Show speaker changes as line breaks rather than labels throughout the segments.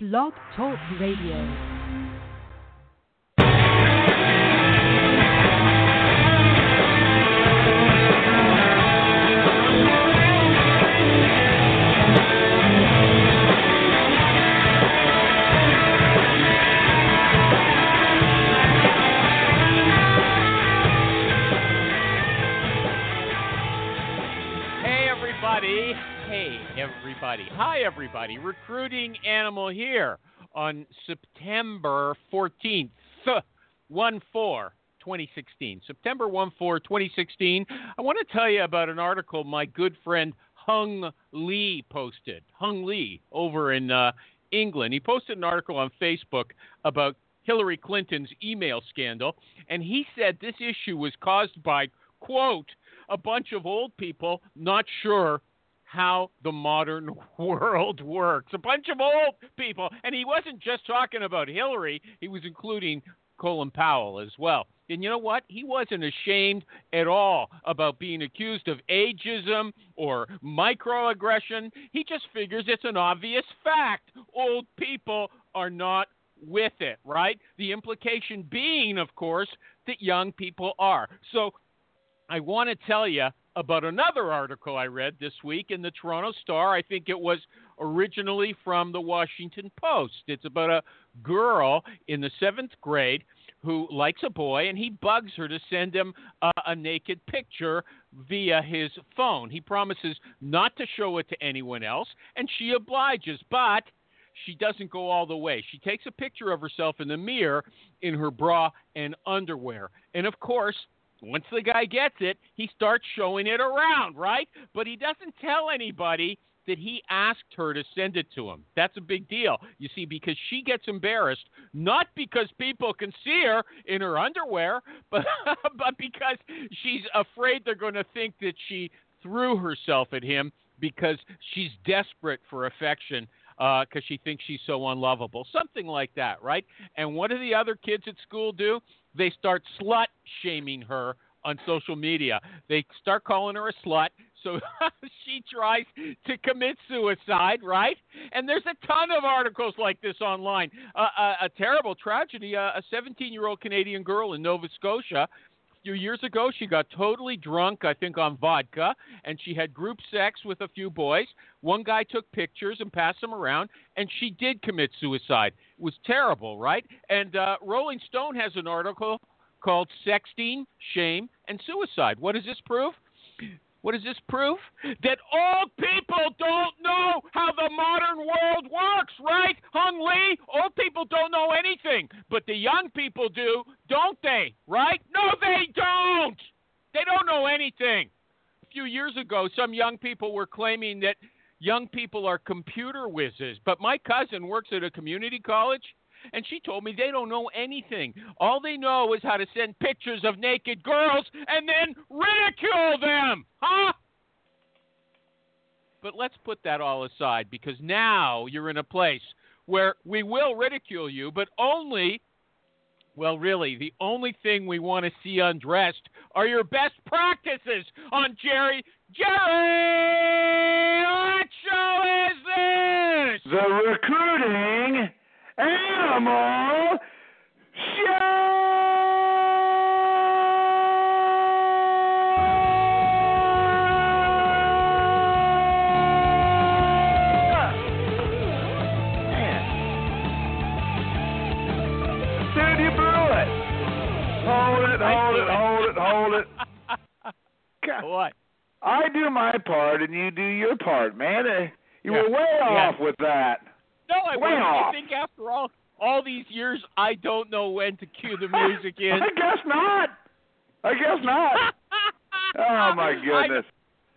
Blog Talk Radio.
Hey, everybody. Hey, everybody. Hi, everybody. Recruiting Animal here on September 14th, 1 4. 2016, September 1 4, 2016. I want to tell you about an article my good friend Hung Lee posted. Hung Lee over in uh, England. He posted an article on Facebook about Hillary Clinton's email scandal, and he said this issue was caused by, quote, a bunch of old people not sure how the modern world works. A bunch of old people. And he wasn't just talking about Hillary, he was including Colin Powell as well. And you know what? He wasn't ashamed at all about being accused of ageism or microaggression. He just figures it's an obvious fact. Old people are not with it, right? The implication being, of course, that young people are. So I want to tell you about another article I read this week in the Toronto Star. I think it was originally from the Washington Post. It's about a girl in the seventh grade who likes a boy and he bugs her to send him uh, a naked picture via his phone. He promises not to show it to anyone else, and she obliges, but she doesn't go all the way. She takes a picture of herself in the mirror in her bra and underwear. And of course, once the guy gets it, he starts showing it around, right? But he doesn't tell anybody that he asked her to send it to him. That's a big deal, you see, because she gets embarrassed, not because people can see her in her underwear, but, but because she's afraid they're going to think that she threw herself at him because she's desperate for affection because she thinks she's so unlovable. Something like that, right? And what do the other kids at school do? They start slut shaming her on social media. They start calling her a slut. So she tries to commit suicide, right? And there's a ton of articles like this online. Uh, a, a terrible tragedy. Uh, a 17 year old Canadian girl in Nova Scotia few years ago, she got totally drunk, I think, on vodka, and she had group sex with a few boys. One guy took pictures and passed them around, and she did commit suicide. It was terrible, right? And uh, Rolling Stone has an article called Sexting, Shame, and Suicide. What does this prove? What does this prove? That old people don't know how the modern world works, right? Hung Lee, old people don't know anything, but the young people do, don't they? Right? No, they don't. They don't know anything. A few years ago, some young people were claiming that young people are computer whizzes, but my cousin works at a community college. And she told me they don't know anything. All they know is how to send pictures of naked girls and then ridicule them, huh? But let's put that all aside because now you're in a place where we will ridicule you, but only, well, really, the only thing we want to see undressed are your best practices on Jerry. Jerry! What show is this?
The recruiting animal show. Dude, you blew it. Hold it,
I
hold
blew
it,
it.
hold it, hold it. God,
What?
I do my part and you do your part, man. Uh, You
Yeah.
were way
Yeah.
off with that.
No, I,
Way
wouldn't. I
off.
think after all all these years, I don't know when to cue the music in.
I guess not. I guess not. Oh my goodness.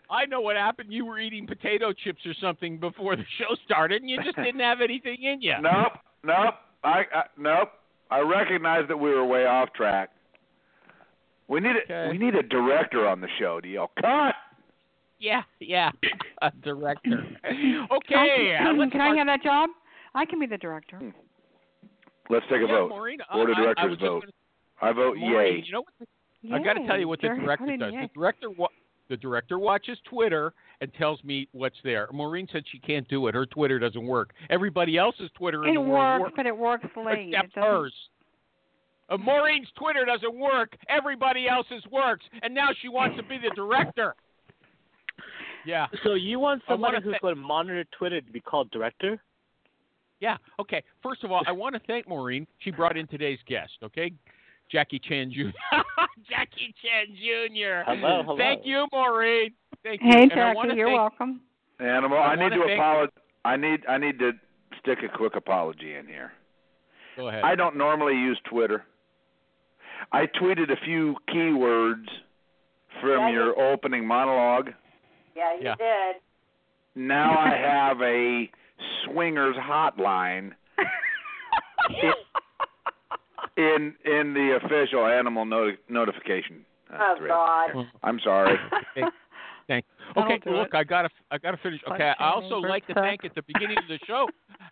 I, I know what happened. You were eating potato chips or something before the show started, and you just didn't have anything in you.
Nope, nope. I, I nope. I recognize that we were way off track. We need a
Okay.
we need a director on the show. Do y'all cut?
Yeah, yeah. A director.
I
Okay. uh,
can,
let's
can I
start-
have that job? I can be the director.
Let's take a
yeah,
vote.
Maureen, I-
Board of
I- I
directors
was just
vote.
gonna-
I vote
Maureen,
yay.
you know what the
Yeah,
I got to tell you what the
sure.
director
How did
does.
you-
The director wa- the director watches Twitter and tells me what's there. Maureen said she can't do it. Her Twitter doesn't work. Everybody else's Twitter in
It
the world
works, but it works late.
except
it doesn't-
hers. Uh, Maureen's Twitter doesn't work. Everybody else's works, and now she wants to be the director. Yeah,
So you want
I wanna
somebody who's
say-
going to monitor Twitter to be called director?
yeah. Okay. First of all, I want to thank Maureen. She brought in today's guest. Okay, Jackie Chan Jr. Jackie Chan Jr.
Hello, hello.
Thank you, Maureen. Thank you.
Hey,
And I wanna
Jackie, you're
thank-
welcome.
Animal,
I
I, need
wanna
to
thank-
apologize. I need I need to stick a quick apology in here.
Go ahead.
I don't normally use Twitter. I tweeted a few keywords
Yeah,
from
you-
your opening monologue.
Yeah, you
Yeah.
did.
Now I have a swingers hotline in in the official animal noti- notification uh,
Oh
thread.
God.
I'm sorry.
Thanks.
That'll
Okay,
do
look,
it.
I gotta, I gotta finish.
Punch
okay, I
your
also
neighbor's
like to
cock.
thank at the beginning of the show.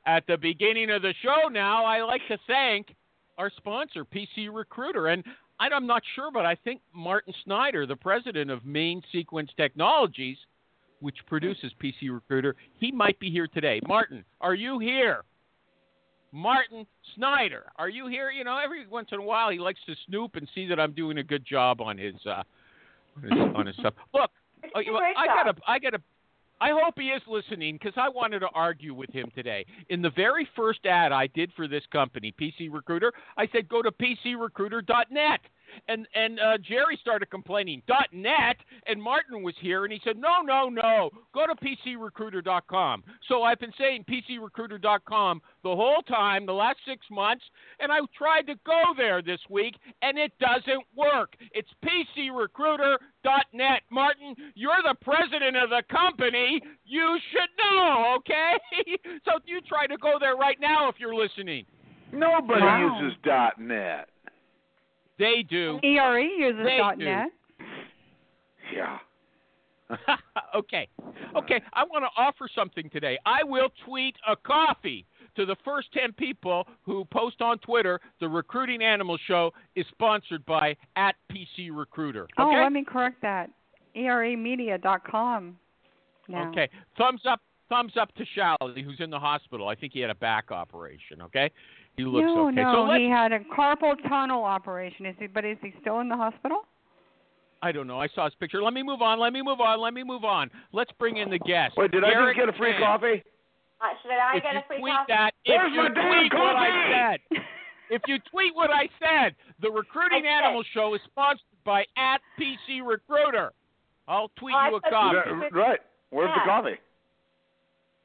At the beginning of the show, now I like to thank our sponsor, PC Recruiter, and I- I'm not sure, but I think Martin Snyder, the president of Main Sequence Technologies, which produces PC Recruiter, he might be here today. Martin, are you here? Martin Snyder, are you here? You know, every once in a while he likes to snoop and see that I'm doing a good job on his uh, on his, on his stuff. Look, Oh, you-
Great
I
job.
gotta, I gotta. I hope he is listening because I wanted to argue with him today. In the very first ad I did for this company, PC Recruiter, I said go to PCRecruiter.net, and and uh, Jerry started complaining .net, and Martin was here and he said no no no go to PCRecruiter.com. So I've been saying PCRecruiter.com the whole time the last six months, and I tried to go there this week, and it doesn't work. It's PCRecruiter.net. Martin, you're the president of the company. You should know, okay? so you try to go there right now if you're listening.
Nobody
Wow.
uses dot net.
They do.
ERE E uses
They
dot
do.
.net.
Yeah.
okay. Okay, I want to offer something today. I will tweet a coffee to the first 10 people who post on Twitter the Recruiting Animal Show is sponsored by at PC Recruiter. Okay?
Oh, let me correct that. E EREmedia.com. Now.
Okay. Thumbs up. Thumbs up to Shally, who's in the hospital. I think he had a back operation. Okay. He looks
no,
okay.
no,
so let's.
he had a carpal tunnel operation. Is he? But is he still in the hospital?
I don't know. I saw his picture. Let me move on. Let me move on. Let me move on. Let's bring in the guest.
Wait, did I
Derek
just get a free
Chan.
coffee?
Uh, should I
If
get
you
a free
tweet
coffee?
that,
Where's
if you
my damn
tweet what
coffee?
I said, if you tweet what I said, the Recruiting
I said-
Animal Show is sponsored by at PC Recruiter. I'll tweet
Oh, I
you a
said-
Is
copy.
that- right. Where's
Yeah.
the coffee?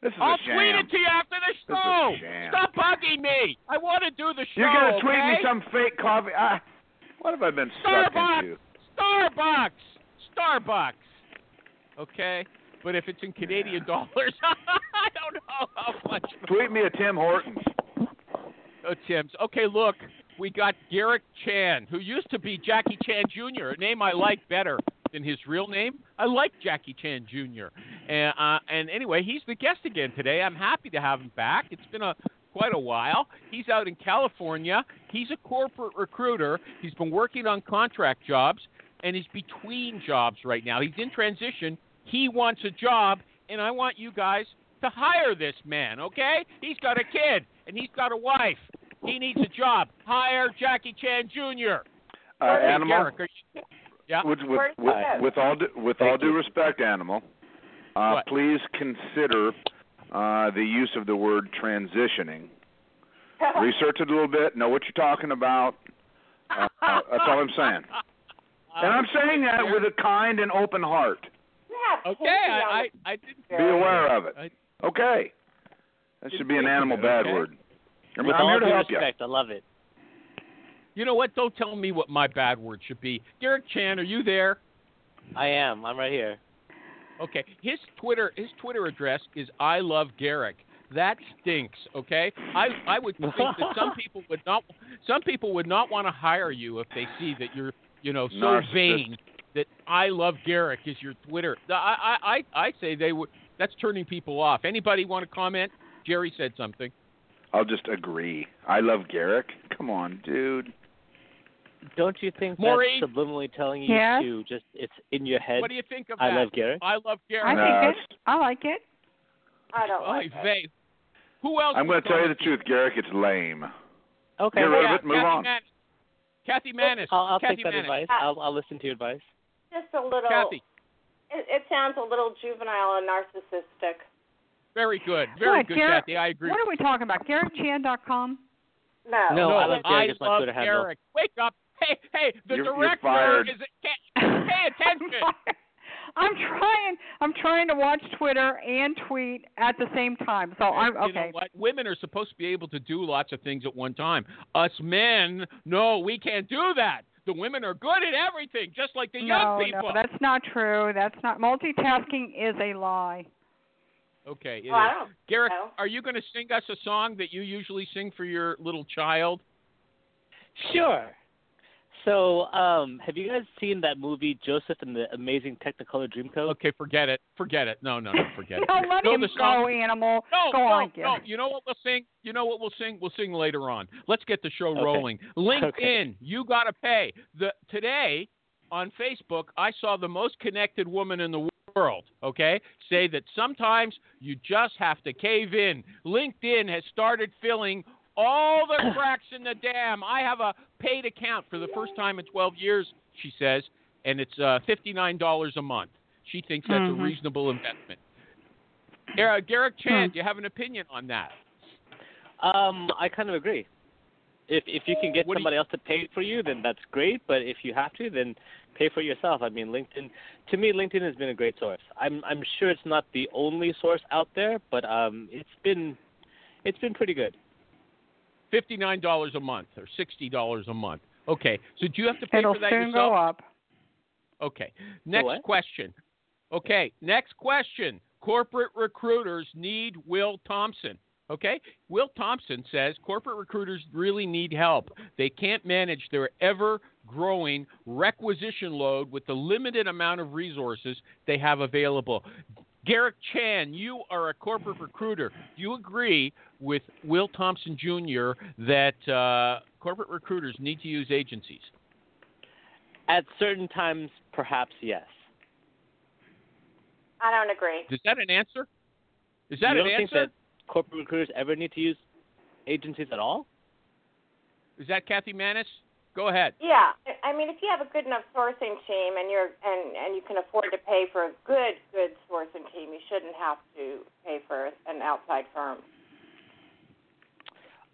This is
I'll
a sham.
tweet it to you after the
This is
show.
a sham.
Stop bugging me. I want to do the show.
You're gonna tweet
okay?
me some fake coffee. I, what have I been stuck
Starbucks.
into?
Starbucks. Starbucks. Okay. But if it's in Canadian dollars, I don't know how much.
Tweet me a Tim Hortons. uh,
Oh, Tim's. Okay, look, we got Garrick Chan, who used to be Jackie Chan Jr., a name I like better than his real name. I like Jackie Chan Jr. And, uh, and anyway, he's the guest again today. I'm happy to have him back. It's been a quite a while. He's out in California. He's a corporate recruiter. He's been working on contract jobs, and he's between jobs right now. He's in transition. He wants a job, and I want you guys to hire this man, okay? He's got a kid and he's got a wife. He needs a job. Hire Jackie Chan Jr.
Uh,
Hey,
animal.
Eric, are you- yeah.
With, with,
Where's
with,
the-
with all due, with all
Uh, Thank
due
you.
respect, animal. Uh,
What?
please consider uh, the use of the word transitioning. Research it a little bit. Know what you're talking about. Uh, uh, that's all I'm saying.
uh,
And I'm saying that with a kind and open heart.
You have
Okay,
candy on
I,
it.
I, I didn't.
Be aware of it.
I-
Okay. That should be an animal bad
Okay.
word. I'm,
With
I'm
all
here to
due
help you.
respect, I love it.
You know what? Don't tell me what my bad word should be. Derek Chan, are you there?
I am. I'm right here.
Okay. His Twitter his Twitter address is I love Garrick. That stinks, okay? I I would think that some people would not some people would not want to hire you if they see that you're you know so
Narcissist.
vain that I love Garrick is your Twitter. I I I, I say they would. That's turning people off. Anybody want to comment? Jerry said something.
I'll just agree. I love Garrick. Come on, dude.
Don't you think
Maureen?
that's subliminally telling you
Yes?
to just it's in your head?
What do you think of
I
that?
love Garrett.
I love Garrett.
I
No,
think it. I like it.
I don't
Oy
like it.
vey. Who else?
I'm
going to
tell you the truth, Garrick. It's lame.
Okay.
Get rid of
Yeah,
it. Move
Kathy
on.
Manis. Kathy Manis.
I'll, I'll
Kathy
take that
Manis.
advice. I'll, I'll listen to your advice.
Just a little.
Kathy.
It, it sounds a little juvenile and narcissistic.
Very good. Very
What,
good,
Garrett?
Kathy. I agree.
What are we talking about? GarrettChan.com?
No.
No,
no,
I love Garrick is my
love
Twitter handle.
Garrick. Wake up. Hey, hey, the
You're- you're
director
fired.
is can't, pay attention.
I'm trying. I'm trying to watch Twitter and tweet at the same time. So Oh, I'm
You know
okay.
what? Women are supposed to be able to do lots of things at one time. Us men, no, we can't do that. The women are good at everything, just like the
no,
young
no,
people.
that's not true. That's not multitasking is a lie.
okay. it
Well, I
is.
don't
Garrick,
know.
are you going to sing us a song that you usually sing for your little child?
Sure. So, um, have you guys seen that movie Joseph and the Amazing Technicolor Dreamcoat?
Okay, forget it. Forget it. No, no, no, forget it.
no, let
No,
him
the
go,
song-
animal.
No,
go
no,
on,
no.
Garrett.
You know what we'll sing? You know what we'll sing? We'll sing later on. Let's get the show
Okay.
rolling. LinkedIn,
Okay.
you gotta pay. The today on Facebook, I saw the most connected woman in the world. Okay, say that sometimes you just have to cave in. LinkedIn has started filling all the cracks in the dam. I have a paid account for the first time in 12 years. She says, and it's uh, $59 a month. She thinks that's a
Mhm.
reasonable investment. Gar- Garrick Chan,
Hmm.
do you have an opinion on that?
Um, I kind of agree. If if you can get
What do you-
somebody else to pay for you, then that's great. But if you have to, then pay for it yourself. I mean, LinkedIn. To me, LinkedIn has been a great source. I'm I'm sure it's not the only source out there, but um, it's been it's been pretty good.
Fifty-nine dollars a month or sixty dollars a month. Okay, so do you have to pay
It'll
for that
soon
yourself?
go up.
Okay. Next
what?
question. Okay. Next question. Corporate recruiters need Will Thompson. Okay. Will Thompson says corporate recruiters really need help. They can't manage their ever growing requisition load with the limited amount of resources they have available. Garrick Chan, you are a corporate recruiter. Do you agree with Will Thompson Jr. that uh, corporate recruiters need to use agencies?
At certain times, perhaps yes.
I don't agree.
Is that an answer? Is that an
you don't think
answer?
that corporate recruiters ever need to use agencies at all?
Is that Kathy Manis? Go ahead.
Yeah, I- I mean, if you have a good enough sourcing team and you're and and you can afford to pay for a good good sourcing team, you shouldn't have to pay for an outside firm.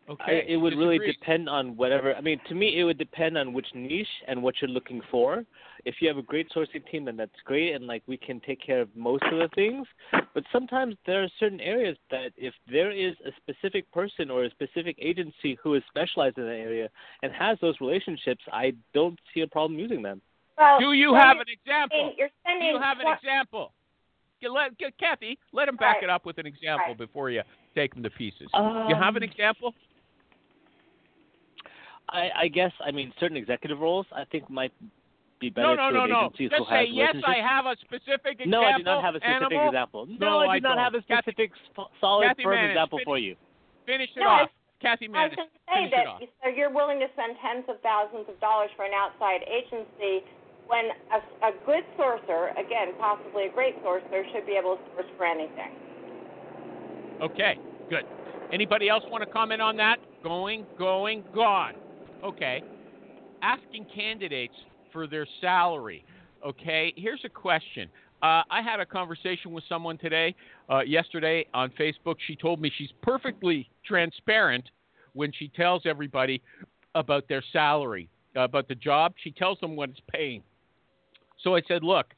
Okay.
I, it would really
disagrees.
depend on whatever. I mean, to me, it would depend on which niche and what you're looking for. If you have a great sourcing team, then that's great, and like we can take care of most of the things. But sometimes there are certain areas that if there is a specific person or a specific agency who is specialized in that area and has those relationships, I don't see a problem using them.
Well,
Do you
you're
have an
spending-
example?
You're
Do
spending.
you have an
twen-
example? Get, let, get, Kathy, let him back
Right.
it up with an example
Right.
before you take him to pieces. you have an
Um,
example?
I, I guess I mean certain executive roles I think might be
No,
better
no,
to
no,
an
no.
agency
Just
who
say
has
yes.
relationships.
I have a specific example.
No, I do not have a specific
Animal.
example.
No,
No, I
I
do not
don't.
have a
Kathy-
specific s- solid
Kathy
firm
Manning,
example
finish.
for you.
Finish it
No, I-
off, Kathy
I was
Manis.
going to say
Finish it off.
that so you're willing to spend tens of thousands of dollars for an outside agency when a, a good sourcer, again, possibly a great sourcer, should be able to source for anything.
Okay, good. Anybody else want to comment on that? Going, going, gone. Okay. Asking candidates for their salary. Okay, here's a question. Uh, I had a conversation with someone today, uh, yesterday on Facebook. She told me she's perfectly transparent when she tells everybody about their salary, uh, about the job. She tells them what it's paying. So I said, look,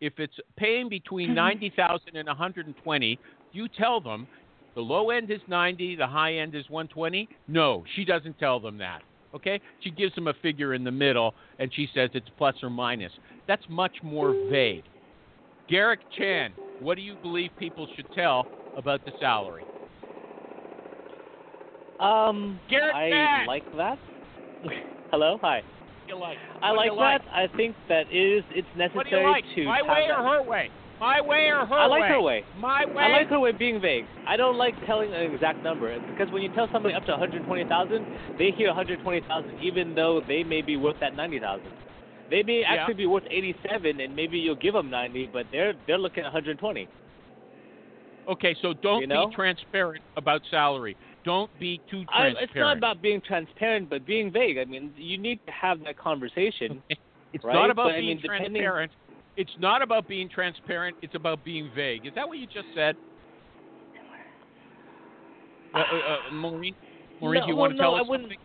if it's paying between ninety thousand and one hundred and twenty, you tell them the low end is 90, the high end is 120. No, she doesn't tell them that. Okay? She gives them a figure in the middle and she says it's plus or minus. That's much more vague. Garrick Chan, what do you believe people should tell about the salary?
Um,
Garrett
I
Mann.
like that. Hello, hi.
You like?
I
What do
like
you
that. I think that is it's
What do you
necessary
like?
to
My
have
way
that.
or her way? My way or her
I like
way?
her way.
My way.
I like her way of being vague. I don't like telling an exact number It's because when you tell somebody up to 120,000, they hear 120,000 even though they may be worth that 90,000. They may
Yeah.
actually be worth 87 and maybe you'll give them 90, but they're they're looking at 120.
Okay, so don't
You know?
be transparent about salary. Don't be too
I,
transparent.
it's not about being transparent, but being vague. I mean, you need to have that conversation.
It's
right?
not about
But, I
being
mean, depending-
transparent. It's not about being transparent. It's about being vague. Is that what you just said? Uh, uh, uh, Maureen, Maureen,
No,
do you
well,
want to
no,
tell
I
us?
wouldn't-
something?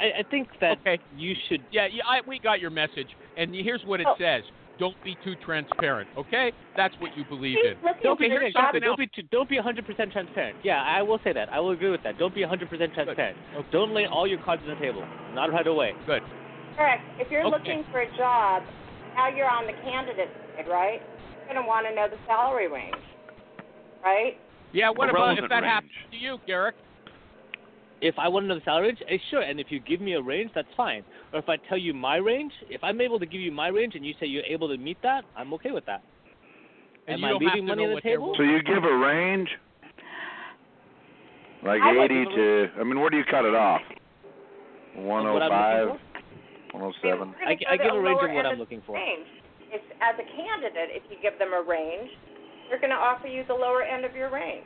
I, I think that
Okay.
you should.
Yeah, yeah I, we got your message, and here's what it
Oh.
says: Don't be too transparent. Okay, that's what you believe
She's
in.
looking
Don't
for
be
Okay,
the
here's
here's
job
something.
else.
Don't be too, don't be 100% transparent. Yeah, I will say that. I will agree with that. Don't be 100% transparent.
Okay.
Don't lay all your cards on the table. Not right away.
Good.
Correct. If you're
Okay.
looking for a job, now you're on the candidate side, right? You're going to want to know the salary range, right?
Yeah. What about
A
if
relevant
that
range.
happens to you, Garrick?
If I want to know the salary range, eh, sure. And if you give me a range, that's fine. Or if I tell you my range, if I'm able to give you my range and you say you're able to meet that, I'm okay with that.
And
Am
you
I
don't have
leaving
to
money
know
on the
what their
table?
role-
So you give a range, like
I like
eighty
the
to. I mean, where do you cut it off? One
Like
hundred
what I'm
five,
looking
one hundred
See,
seven.
we're
I,
gonna
I
go
give
to
a range
lower
of what
end
I'm looking for.
range. If, as a candidate, if you give them a range, they're going to offer you the lower end of your range.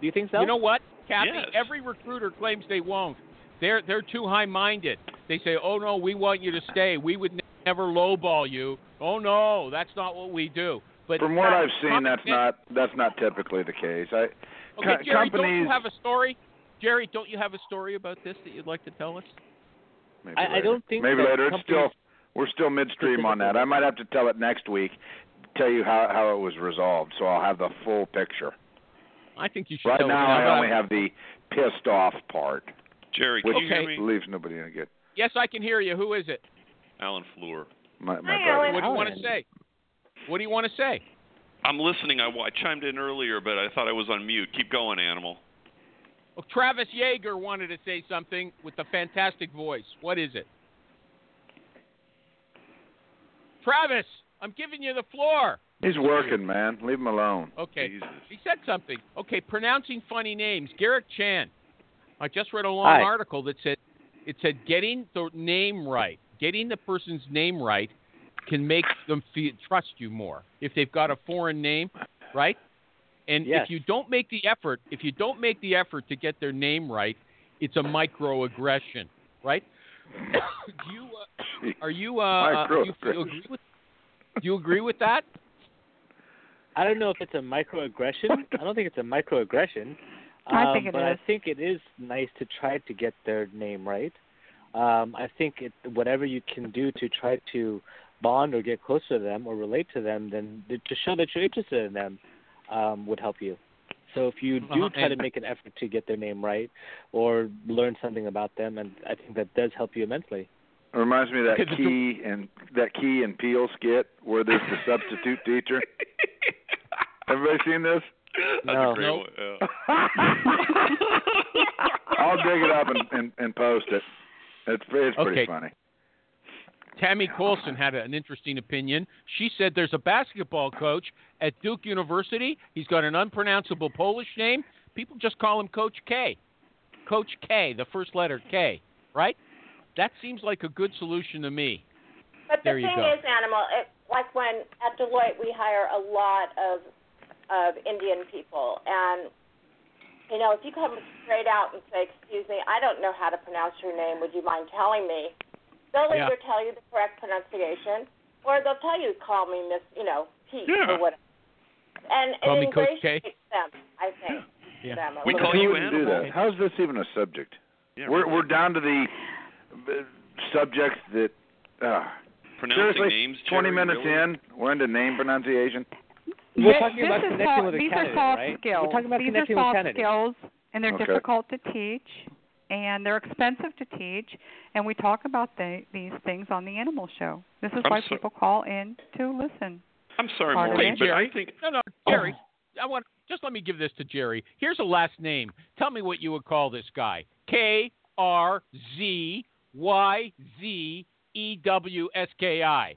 Do you think so?
You know what, Kathy?
Yes.
Every recruiter claims they won't. They're they're too high-minded. They say, "Oh no, we want you to stay. We would ne- never lowball you." Oh no, that's not what we do. But
From what
uh,
I've seen,
common
that's
sense-
not that's not typically the case. I
Okay,
co-
Jerry, don't
companies.
you have a story? Jerry, don't you have a story about this that you'd like to tell us?
maybe
I, I
later.
don't think
maybe
that
later. It's
companies-
still we're still midstream on that. I might have to tell it next week. Tell you how how it was resolved, so I'll have the full picture.
I think you should.
Right
tell us
now,
that.
I only have the pissed off part,
Jerry, can
which
you hear
Okay.
me?
leaves nobody in good.
Yes, I can hear you. Who is it?
Alan Fleur.
My, my brother.
Hi, Alan.
What do you want to
Alan.
say? What do you want to say?
I'm listening. I, I chimed in earlier, but I thought I was on mute. Keep going, animal.
Well, Travis Yeager wanted to say something with a fantastic voice. What is it? Travis, I'm giving you the floor.
He's working, man. Leave him alone.
Okay.
Jesus.
He said something. Okay, pronouncing funny names. Garrick Chan. I just read a long
Hi.
article that said it said getting the name right, getting the person's name right, can make them feel, trust you more if they've got a foreign name, right? And
Yes.
if you don't make the effort, if you don't make the effort to get their name right, it's a microaggression, right? do you uh, are you uh, do you, do you agree with do you agree with that?
I don't know if it's a microaggression. I don't think it's a microaggression.
I
Um,
think it
but
is.
I think it is nice to try to get their name right. Um, I think it, whatever you can do to try to bond or get close to them or relate to them, then to show that you're interested in them, um, would help you. So if you do
Uh-huh,
try to
and-
make an effort to get their name right or learn something about them, and I think that does help you immensely.
It reminds me of that
Because it's a-
key and that key and peel skit where there's the substitute teacher. Everybody seen this?
That's
No.
a great uh,
Nope.
one. yeah.
I'll dig it up and and, and post it. It's it's pretty
Okay.
funny.
Tammy Colson had an interesting opinion. She said there's a basketball coach at Duke University. He's got an unpronounceable Polish name. People just call him Coach K. Coach K, the first letter K, right? That seems like a good solution to me.
But the
There you
thing
go.
is, animal, it, like when at Deloitte we hire a lot of of Indian people, and you know if you come straight out and say, "Excuse me, I don't know how to pronounce your name. Would you mind telling me?" They'll
Yeah.
either tell you the correct pronunciation, or they'll tell you, "Call me Miss," you know, Pete
Yeah.
or whatever. And
Call
it
me Coach K.
ingratiates them, I think.
Yeah.
Them a
We
little
call
Who
bit.
you
wouldn't do
animal.
that? How's this even a subject?
Yeah,
we're
right.
we're down to the uh, subjects that. Uh,
pronouncing
seriously,
names.
twenty
Jerry,
minutes
really?
in, we're into name pronunciation.
We're
Thi-
talking
this
about
is
connecting
soft-
with a
these
candidate,
are soft
right? We're
skills.
talking about
these are
connecting with
soft
candidates.
skills, and they're
Okay.
difficult to teach, and they're expensive to teach. And we talk about the, these things on the Animal Show. This is
I'm
why
so-
people call in to listen.
I'm sorry,
Pardon
Maureen,
me?
but
Jerry.
I think
No, no, Jerry. I want just let me give this to Jerry. Here's a last name. Tell me what you would call this guy. K R Z Y Z E W S K I.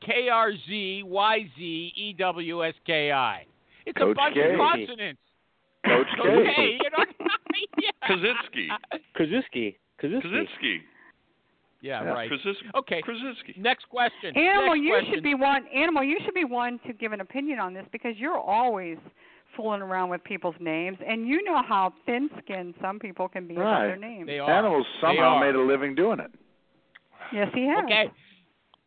K R Z Y Z E W S K I. It's a
Coach
bunch
K.
of consonants.
Coach
Coach
K.
K, you know. yeah.
Kaczynski.
Krasuski. Krasuski.
Krasinski.
Yeah,
Yeah.
right.
Krasinski.
Okay.
Krasinski.
Next question.
Animal,
Next
you
question.
should be one. Animal, you should be one to give an opinion on this because you're always fooling around with people's names, and you know how thin-skinned some people can be about their
Right.
names.
They are.
Animals
They
somehow
are.
made a living doing it.
Yes, he has.
Okay.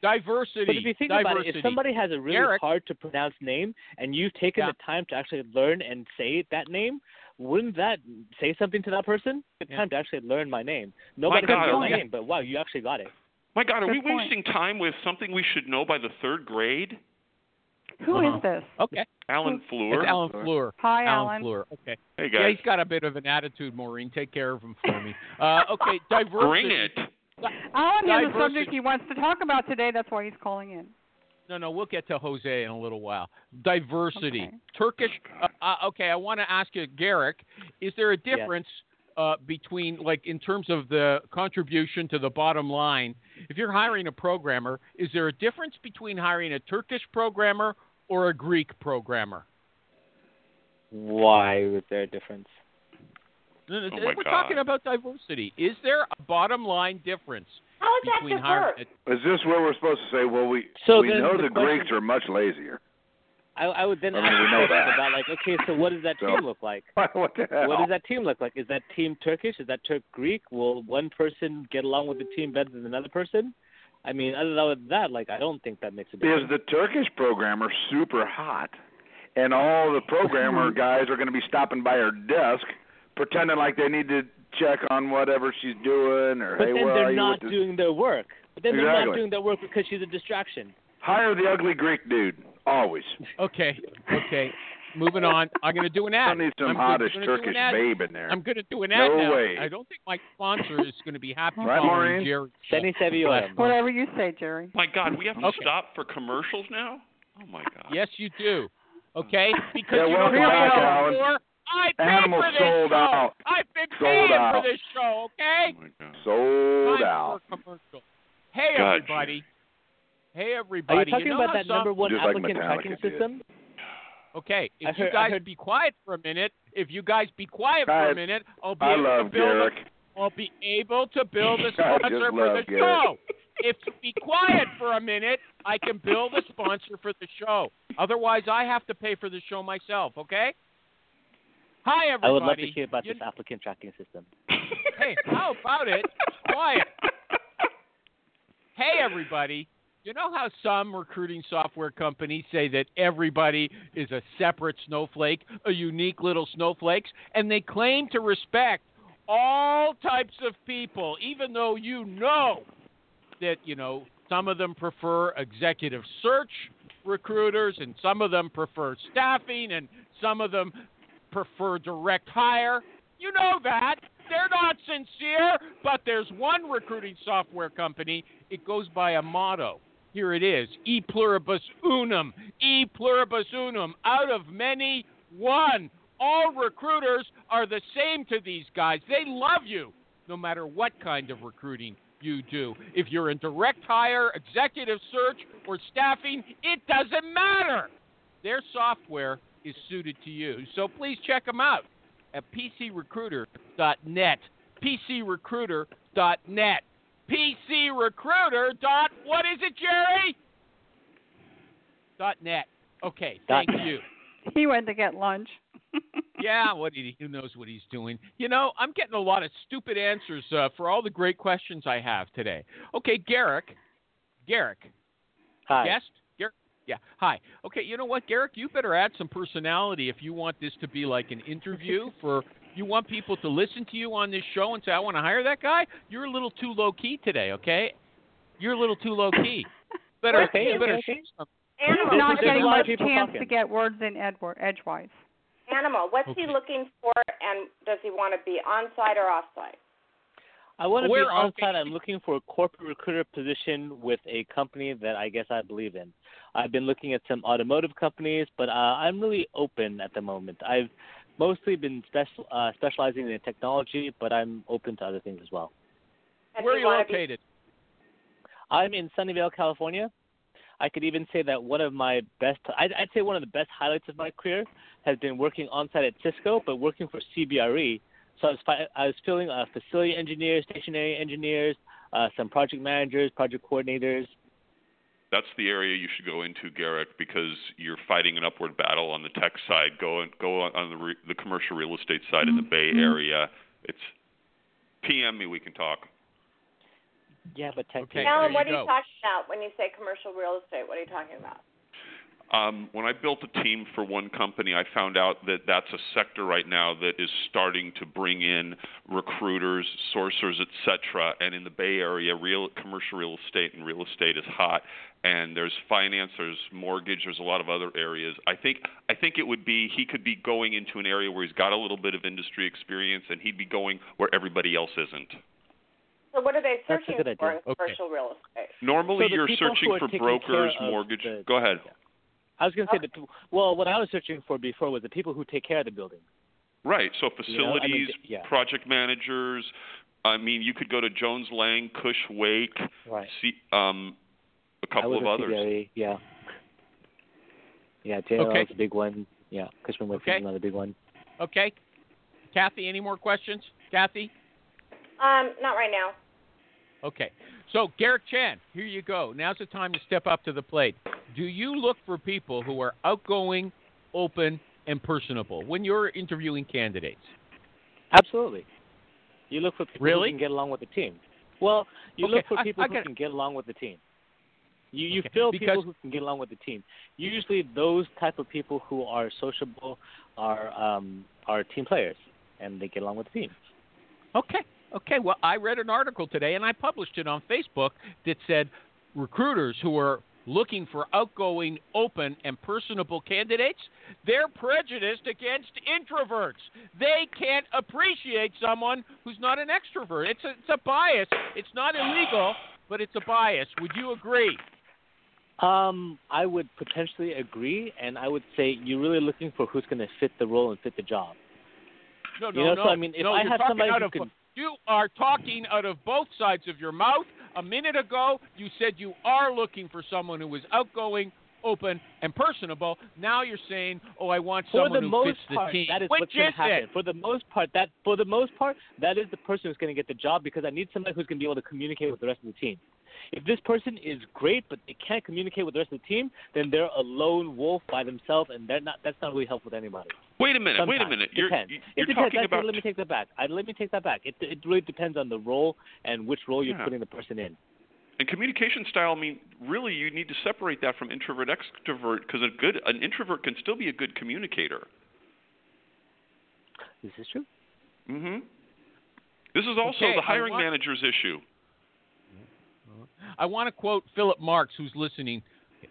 Diversity.
But if you think
diversity.
about it, if somebody has a really
Eric.
hard to pronounce name and you've taken
Yeah.
the time to actually learn and say that name, wouldn't that say something to that person? Good
Yeah.
time to actually learn my name. Nobody
God,
knows my
yeah.
name, but wow, you actually got it.
My God, are
Good
we
point.
wasting time with something we should know by the third grade?
Who is
Uh-huh.
this?
Okay.
Alan Fleur.
It's Alan Fleur.
Hi,
Alan,
Alan.
Fleur. Okay.
Hey
Yeah,
guys,
he's got a bit of an attitude, Maureen. Take care of him for me. Uh, okay, diversity.
bring it.
Alan has a
Diversity.
subject he wants to talk about today. That's why he's calling in.
No, no, we'll get to Jose in a little while. Diversity.
Okay.
Turkish. Uh, uh, okay, I want to ask you, Garrick, is there a difference uh, between, like, in terms of the contribution to the bottom line? If you're hiring a programmer, is there a difference between hiring a Turkish programmer or a Greek programmer?
Why was there a difference?
No, no,
Oh, my
We're
God.
talking about diversity. Is there a bottom line difference
How is that
between hiring?
diverse?
Is this where we're supposed to say, well, we
So
we
then
know
the
the
question-
Greeks are much lazier.
I, I would then
I mean,
ask
we
a
know
question
that.
about like, okay, so what does that
So-
team look like?
what the hell?
What does that team look like? Is that team Turkish? Is that Turk Greek? Will one person get along with the team better than another person? I mean, other than that, like I don't think that makes a difference.
Is the Turkish programmer super hot, and all the programmer guys are going to be stopping by her desk, pretending like they need to check on whatever she's doing, or
But
hey,
then
where are
they're
you
not
with this?
doing their work. But then they're not
Exactly.
doing their work because she's a distraction.
Hire the ugly Greek dude always.
Okay, okay. Moving on. I'm going to do an
I
ad.
need some
I'm gonna-
hottish
gonna do an
Turkish
ad.
babe in there.
I'm going to do an
No
ad now.
way.
I don't think my sponsor is going to be happy
Right,
following
Maureen?
Jerry.
Seni seviyorum.
Whatever you say, Jerry.
My God, we have to
Okay.
stop for commercials now. Oh my God.
Yes, you do. Okay, because
Yeah,
you know
welcome
what
back,
I know
Alan.
for? I paid
Animal
for this
sold
show.
out.
I've been
Sold
paying
out.
for this show. Okay.
Oh my God.
Sold
Time
out.
for a commercial. Hey
Gotcha.
everybody. Hey everybody.
Are you talking
know
about
how
that
some-
number one
Just like
applicant
Metallica
tracking
did.
system?
Okay, if
I
you
heard- I
guys
heard-
be quiet for a minute, if you guys be quiet for
I-
a minute, I'll be
I
able to
love
build.
Derek.
A, I'll be able to build a
I just
sponsor for the
love Garrick.
show. If you be quiet for a minute, I can build a sponsor for the show. Otherwise, I have to pay for the show myself. Okay. Hi everybody.
I would love to hear about
You-
this applicant tracking system.
Hey, how about it? Quiet. Hey, everybody. You know how some recruiting software companies say that everybody is a separate snowflake, a unique little snowflakes, and they claim to respect all types of people, even though you know that, you know, some of them prefer executive search recruiters and some of them prefer staffing and some of them prefer direct hire. You know that. They're not sincere, but there's one recruiting software company. It goes by a motto. Here it is E pluribus unum, E pluribus unum. Out of many, one. All recruiters are the same to these guys. They love you, no matter what kind of recruiting you do. If you're in direct hire, executive search, or staffing, it doesn't matter. Their software is suited to you. So please check them out at pcrecruiter.net. pcrecruiter.net. pcrecruiter. dot What is it, Jerry? Dot net. Okay,
Dot
thank
net.
you.
He went to get lunch.
Yeah, what he, who knows what he's doing? You know, I'm getting a lot of stupid answers uh, for all the great questions I have today. Okay, Garrick, Garrick,
Hi.
guest, Garrick. Yeah, hi. Okay, you know what, Garrick, you better add some personality if you want this to be like an interview for. You want people to listen to you on this show and say, "I want to hire that guy." You're a little too low key today, okay? You're a little too low key. Better,
Okay,
you better
okay, okay.
show some-
Animal.
He's not
There's a
getting
lot
much
of people
chance to
talking.
get words in Edward, edgewise.
Animal. What's he
Okay.
looking for, and does he want to be on site or off site?
I want to
Where
be
are
on site.
we?
I'm looking for a corporate recruiter position with a company that I guess I believe in. I've been looking at some automotive companies, but uh, I'm really open at the moment. I've mostly been special, uh, specializing in technology, but I'm open to other things as well.
And
Where are
he
you
wanna be-
located?
I'm in Sunnyvale, California. I could even say that one of my best, I'd, I'd say one of the best highlights of my career has been working on site at Cisco, but working for CBRE. E. So I was, fi- I was filling uh, facility engineers, stationary engineers, uh, some project managers, project coordinators.
That's the area you should go into, Garrett, because you're fighting an upward battle on the tech side. Go and go on the re, the commercial real estate side in the Bay Area. It's PM me. We can talk.
Yeah, but tech
Okay.
Alan,
there
what
you
are you
go.
talking about when you say commercial real estate? What are you talking about?
Um, when I built a team for one company, I found out that that's a sector right now that is starting to bring in recruiters, sourcers, etc. And in the Bay Area, real commercial real estate and real estate is hot. And there's finance, there's mortgage, there's a lot of other areas. I think I think it would be he could be going into an area where he's got a little bit of industry experience, and he'd be going where everybody else isn't.
So what are they
That's a
searching
good
for in
idea.
Okay.
commercial real estate?
Normally,
So the
you're
people who
searching
are
for
taking
brokers,
care of
mortgage.
the-
Go ahead.
I was going to say
Okay.
that. Well, what I was searching for before was the people who take care of the building.
Right.
You
So
know, I mean,
facilities,
d- yeah.
project managers. I mean, you could go to Jones Lang, Cush Wake,
Right.
see, um, a couple
I was
of
with
others.
CBRE, E, yeah. Yeah, JLL
Okay.
is a big one. Yeah, Cushman Wakefield
Okay.
is another big one.
Okay. Kathy, any more questions? Kathy?
Um, not right now.
Okay. So, Garrett Chan, here you go. Now's the time to step up to the plate. Do you look for people who are outgoing, open, and personable when you're interviewing candidates?
Absolutely. You look for people
Really?
who can get along with the team. Well, you
Okay,
look for
I-
people
I
who
got-
can get along with the team. You you
Okay,
fill
because-
people who can get along with the team. Usually, those type of people who are sociable are um, are team players, and they get along with the team.
Okay. Okay. Well, I read an article today and I published it on Facebook that said recruiters who are looking for outgoing, open, and personable candidates, they're prejudiced against introverts. They can't appreciate someone who's not an extrovert. It's a, it's a bias. It's not illegal, but it's a bias. Would you agree?
Um, I would potentially agree, and I would say you're really looking for who's going to fit the role and fit the job.
No,
You
no,
know,
no.
so, I mean, if
no,
I
you're
have
talking
somebody
out
who
of,
can-
you are talking out of both sides of your mouth. A minute ago, you said you are looking for someone who is outgoing, open, and personable. Now you're saying, "Oh, I want
For
someone
the
who
most
fits the
part,
team."
that is
Which
what's
is
going to happen.
it?
For the most part, that for the most part, that is the person who's going to get the job because I need somebody who's going to be able to communicate with the rest of the team. If this person is great but they can't communicate with the rest of the team, then they're a lone wolf by themselves, and they're not. That's not really helpful to anybody.
Wait a minute. Wait a
Sometimes.
minute. You're,
Depends.
you-
it
you're
depends.
talking
Actually,
about
let me take that back. I, let me take that back. It it really depends on the role and which role you're
Yeah.
putting the person in.
and communication style. I mean, really, you need to separate that from introvert extrovert because a good an introvert can still be a good communicator.
Is this true?
hmm This is also
Okay,
the
I
hiring
want-
manager's issue.
I want to quote Philip Marks, who's listening.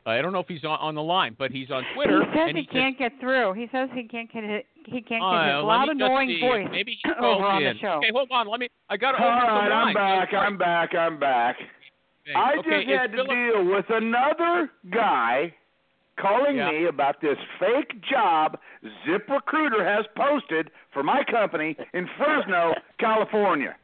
I don't know if he's on, on the line, but he's on Twitter,
He says
and
he,
he
can't get through. He says he can't get his, he can't get his
Uh, let
loud,
me just
annoying
see.
voice
Maybe he called
over on
in.
the show.
Okay, hold on. Let me. I got to
All
open up
right,
the line.
I'm back. I'm back. I'm back. I
okay,
just
it's
had to
Philip-
deal with another guy calling
Yeah.
me about this fake job ZipRecruiter has posted for my company in Fresno, California.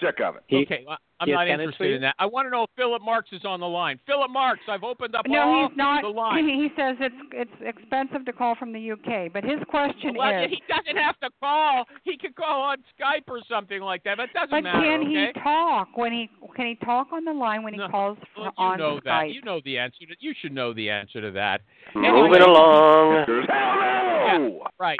Sick of it.
He-
okay, well, I'm
he has
not
tenants for
interested
you?
in that. I want to know if Philip Marks is on the line. Philip Marks, I've opened up all
No, he's not.
the line.
He, he says it's it's expensive to call from the UK, but his question
Well,
is,
he doesn't have to call. He could call on Skype or something like that. But it doesn't
but
matter.
can
okay?
he talk when he can he talk on the line when he
No.
calls
Well,
for,
you
on
know that.
Skype?
You know the answer. To, you should know the answer to that.
Moving along.
Hello.
Right.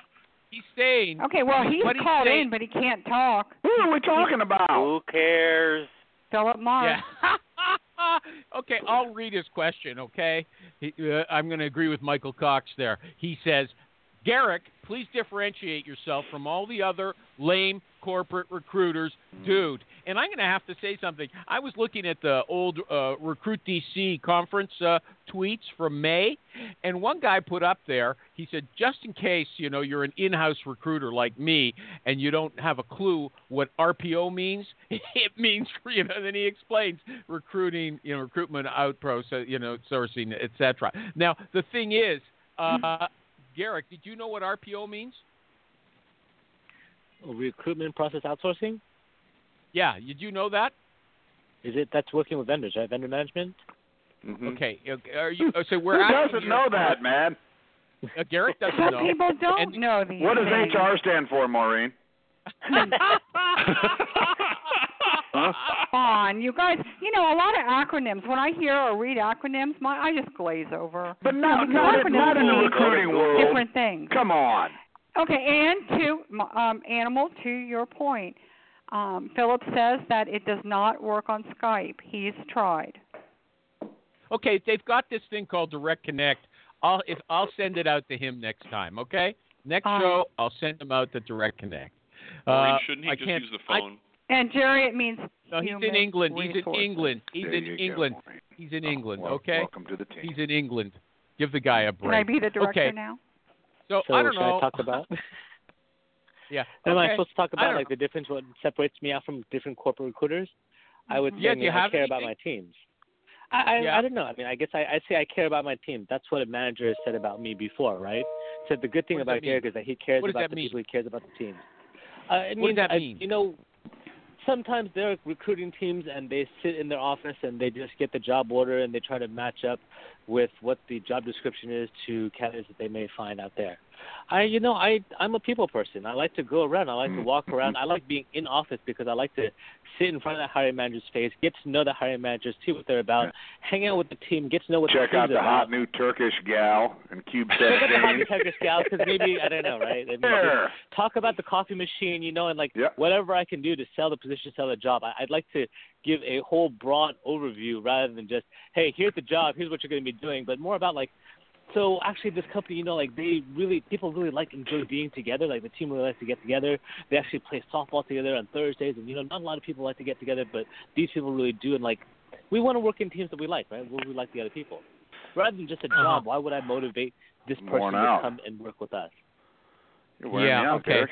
He's saying.
Okay, well he's
What he's
called
saying-
in, but he can't talk.
Who are we talking about?
cares?
Philip Marr.
Yeah. okay, I'll read his question, okay? He, uh, I'm going to agree with Michael Cox there. He says, Garrick, please differentiate yourself from all the other lame corporate recruiters, dude. And I'm going to have to say something. I was looking at the old uh, Recruit DC conference uh, tweets from May, and one guy put up there, he said, just in case, you know, you're an in-house recruiter like me and you don't have a clue what RPO means, it means, you know, then he explains recruiting, you know, recruitment out process, you know, sourcing, et cetera. Now, the thing is, uh, Garrick, did you know what RPO means?
Recruitment process outsourcing.
Yeah, did you know that?
Is it that's working with vendors, right? Vendor management.
hmm
Okay, okay, are you? uh, So we're
Who
asking
doesn't
you-
know that, man?
Uh, Garrett doesn't
Some
know.
people don't
And-
know these
What does
things.
HR stand for, Maureen?
on. You guys, you know, a lot of acronyms. When I hear or read acronyms, my I just glaze over.
But not
Because
not,
acronyms
not in the
mean
recruiting world.
Different things.
Come on.
Okay, and to um, animal, to your point, um, Philip says that it does not work on Skype. He's tried.
okay, they've got this thing called Direct Connect. I'll if I'll send it out to him next time. Okay, next
Um,
show I'll send him out to Direct Connect.
Maureen,
Uh,
shouldn't he
I
just
can't-
use the
I-
phone?
And Jerry, it means
no, he's in
human
England. He's in
resources.
England. He's
There
in
you go,
England.
Maureen.
He's in
Oh,
England.
well,
Okay,
Welcome to the team.
he's in England. Give the guy a break.
Can I be the director
Okay.
now?
So,
Oh,
So
I don't
should
know.
I talk about?
yeah.
Am I
okay.
supposed to talk
I
about
don't
like the difference what separates me out from different corporate recruiters? I would
Mhm.
say
Yeah,
I
do
mean,
you
I
have
care about my
anything?
teams. I I,
Yeah.
I don't know. I mean, I guess I, I say I care about my team. That's what a manager has said about me before, right? Said the good thing
What does that
about
mean?
Derek is that he cares
What does that
about the
mean?
people. He cares about the teams. Uh, it
What does
means,
that
I-
mean?
you know, sometimes there are recruiting teams and they sit in their office and they just get the job order and they try to match up with what the job description is to candidates that they may find out there. I, you know, I I'm a people person. I like to go around. I like to walk around. I like being in office because I like to sit in front of that hiring manager's face, get to know the hiring managers, see what they're about, hang out with the team, get to know what
Check
the team's
out the
about.
hot new Turkish gal and Cube
Check out the hot
17.
new Tiger Scouts because maybe I don't know, right? I mean,
There.
talk about the coffee machine, you know, and like
Yep.
whatever I can do to sell the position, sell the job. I, I'd like to give a whole broad overview rather than just, hey, here's the job, here's what you're going to be doing, but more about like, so actually, this company, you know, like they really people really like enjoy being together. Like the team really likes to get together. They actually play softball together on Thursdays, and you know, not a lot of people like to get together, but these people really do. And like, we want to work in teams that we like, right? Where we like the other people, rather than just a job. Why would I motivate this
Worn
person to
out.
come and work with us?
You're wearing
Yeah,
me out,
okay.
Derek.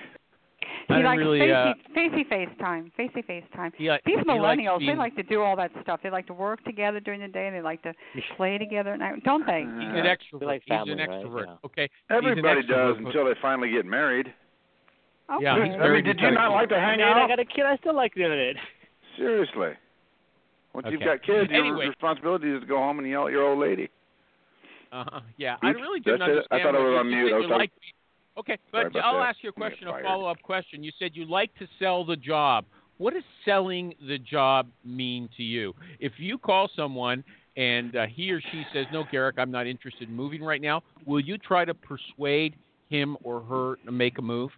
He
I don't
likes
really,
facey,
uh,
facey FaceTime. Facey FaceTime.
He like-
These
he likes
millennials, they
being-
like to do all that stuff. They like to work together during the day and they like to play together at night, don't they?
He's
Uh,
an extrovert.
They like
he's an
family, right?
extrovert.
Yeah.
Okay.
Everybody
he's an
does
extrovert, but-
until they finally get married.
Okay.
Yeah, he's
I
very
mean, did you not
competitive.
like to hang
Dude, I
out?
got a kid. I still like doing it.
Seriously. Once you've
Okay.
got kids, your
Anyway.
responsibility is to go home and yell at your old lady.
Uh-huh. Yeah, I
Oops,
really didn't
that's it.
understand.
I thought I
what
was
you
on
said
mute. I
you
was talking-
like- Okay,
Sorry
but
about
I'll
that.
ask you a
I'm getting
question, a
fired.
follow-up question. You said you like to sell the job. What does selling the job mean to you? If you call someone and uh, he or she says, "No, Garrick, I'm not interested in moving right now," will you try to persuade him or her to make a move?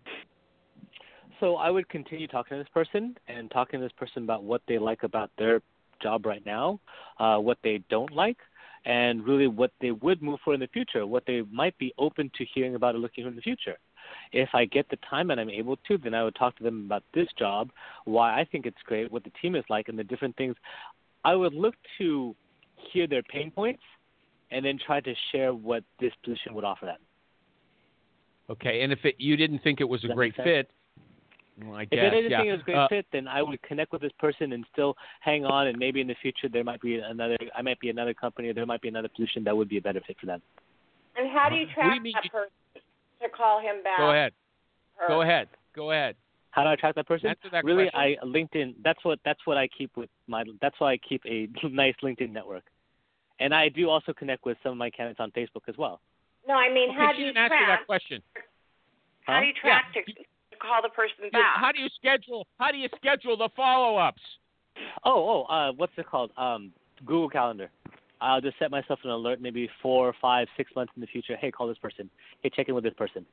So I would continue talking to this person and talking to this person about what they like about their job right now, uh, what they don't like, and really what they would move for in the future, what they might be open to hearing about or looking for in the future. If I get the time and I'm able to, then I would talk to them about this job, why I think it's great, what the team is like, and the different things. I would look to hear their pain points and then try to share what this position would offer them.
Okay, and if it, you didn't think it was a
Does that
great
make sense?
fit, well, I
If
guess
I didn't
yeah.
think it was a great
Uh,
fit, then I would connect with this person and still hang on, and maybe in the future there might be another. I might be another company. There might be another position that would be a better fit for them.
And how do you
What do you
track
mean
that
you-
person to call him back?
Go ahead.
or-
Go ahead. Go ahead.
How do I track that person?
Answer that
really,
question.
I LinkedIn. That's what. That's what I keep with my. That's why I keep a nice LinkedIn network, and I do also connect with some of my candidates on Facebook as well.
No, I mean,
Okay,
how
she
do you
didn't answer
track?
that question.
How do you track
Yeah.
to, to call the person
Yeah,
back?
How do you schedule? How do you schedule the follow-ups?
Oh, oh, uh, what's it called? Um, Google Calendar. I'll just set myself an alert maybe four, five, six months in the future. Hey, call this person. Hey, check in with this person.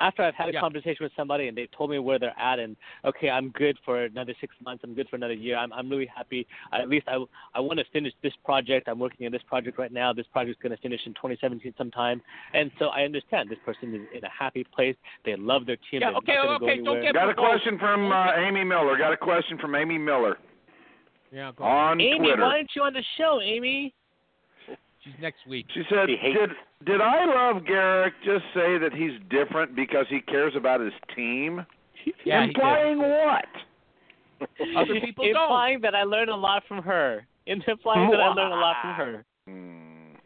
After I've had a
Yeah.
conversation with somebody and they've told me where they're at and okay, I'm good for another six months. I'm good for another year. I'm I'm really happy. I, at least I I want to finish this project. I'm working on this project right now. This project's going to finish in 2017 sometime. And so I understand this person is in a happy place. They love their team.
Yeah,
They're not
okay,
gonna go
okay, don't
anywhere.
get-
Got a question from uh, Amy Miller. Got a question from Amy Miller
Yeah, go ahead.
on
Amy,
Twitter.
why aren't you on the show, Amy?
She's next week.
She said,
She hates
"Did did I love Garrick just say that he's different because he cares about his team?
Yeah, he did.
Implying what?
Other people don't.
implying that I learned a lot from her. In- Implying that I learned a lot from her.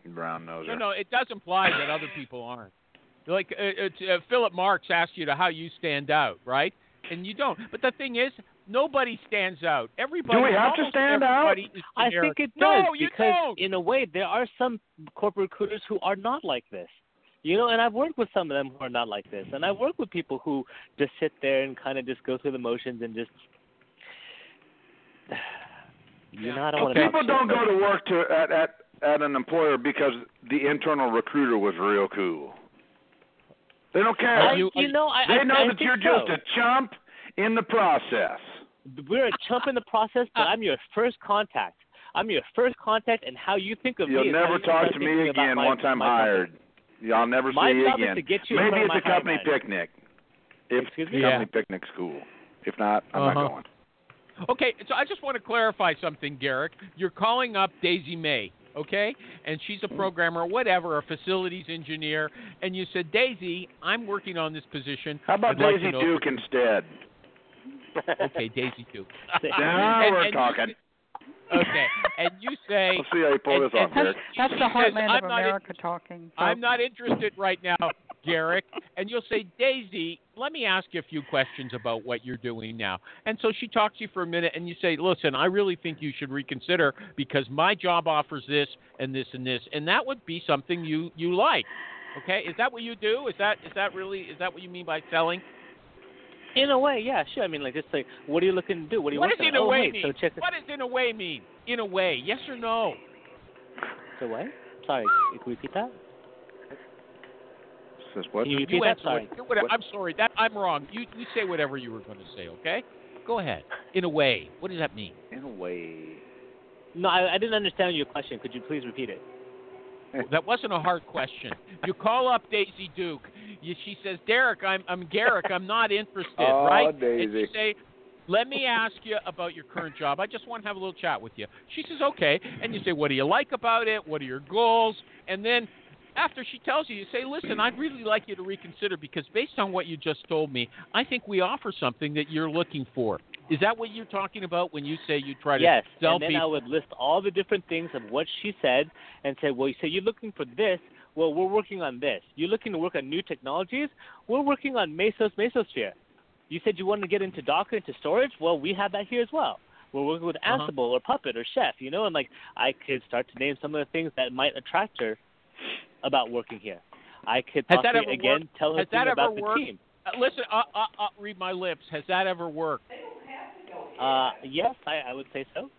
Hmm, brown noser.
No, no, it does imply that uh, other people aren't. Like uh, it's, uh, Philip Marks asked you to how you stand out, right? and you don't. But the thing is, nobody stands out. Everybody.
Do we have to
almost
stand out?
everybody Is
I
generic.
think it does
No, you
because
don't.
in a way there are some corporate recruiters who are not like this. You know, and I've worked with some of them who are not like this. And I've worked with people who just sit there and kind of just go through the motions and just you know, I don't want to
People don't go to work to at, at at an employer because the internal recruiter was real cool. They don't
I,
care.
you, know, I,
they
I,
know
I
that
think
you're
so.
just a chump in the process.
we're a chump in the process, but I'm your first contact. I'm your first contact, and how you think of me.
You'll
is how
never
you
talk
start
to me
thinking about
again
my-
once I'm
my
hired. I'll never
My
see you
job is
again.
to get you in
Maybe
front of
it's
my
a company
hiring
picnic.
manager.
If
Excuse
the
me?
company picnic's cool. If not, I'm
Uh-huh.
not going.
Okay, so I just want to clarify something, Garrick. You're calling up Daisy May, okay? And she's
Hmm.
a programmer, whatever, a facilities engineer. And you said, Daisy, I'm working on this position.
How about
I'd like
Daisy
to know-
Duke instead?
company.
Okay, Daisy Duke.
Now
And-
we're
and you
talking.
say- okay, and you say,
Let's see how you pull
and-
this off,
and-
That's,
Eric.
that's the
She says,
heartland
"I'm
of
not in-
America talking. So
I'm not interested right now, Garrick. And you'll say, Daisy, let me ask you a few questions about what you're doing now. And so she talks to you for a minute, and you say, Listen, I really think you should reconsider because my job offers this and this and this, and that would be something you you like. Okay, is that what you do? Is that is that really is that what you mean by selling?
In a way, yeah, sure. I mean, like, it's like, what are you looking to do? What do you
what
want
does
to
in a
oh,
way
wait,
mean?
So check this.
what does in a way mean? In a way, yes or no?
So what? Sorry, can you repeat that?
Says what?
Can you repeat
You
that?
answer
Sorry.
what- what- I'm sorry, that I'm wrong. You you say whatever you were going to say. Okay, go ahead. In a way, what does that mean?
In a way.
No, I, I didn't understand your question. Could you please repeat it?
That wasn't a hard question. You call up Daisy Duke. You, she says, "Derek, I'm I'm Garrick. I'm not interested."
Oh,
right? And
Daisy.
you say, "Let me ask you about your current job. I just want to have a little chat with you." She says, "Okay." And you say, "What do you like about it? What are your goals?" And then after she tells you, you say, "Listen, I'd really like you to reconsider because based on what you just told me, I think we offer something that you're looking for." Is that what you're talking about when you say you try to
yes.
sell
and then
people?
I would list all the different things of what she said and say, well, so you're looking for this. Well, we're working on this. You're looking to work on new technologies. We're working on Mesos Mesosphere. You said you wanted to get into Docker, into storage. Well, we have that here as well. We're working with
Uh-huh.
Ansible or Puppet or Chef, you know, and like I could start to name some of the things that might attract her about working here. I could
Has that
possibly
ever
again tell her
has that
thing about
ever
the
worked?
team.
Uh, listen, uh, uh, uh, read my lips. Has that ever worked?
Uh, yes, I, I would say so.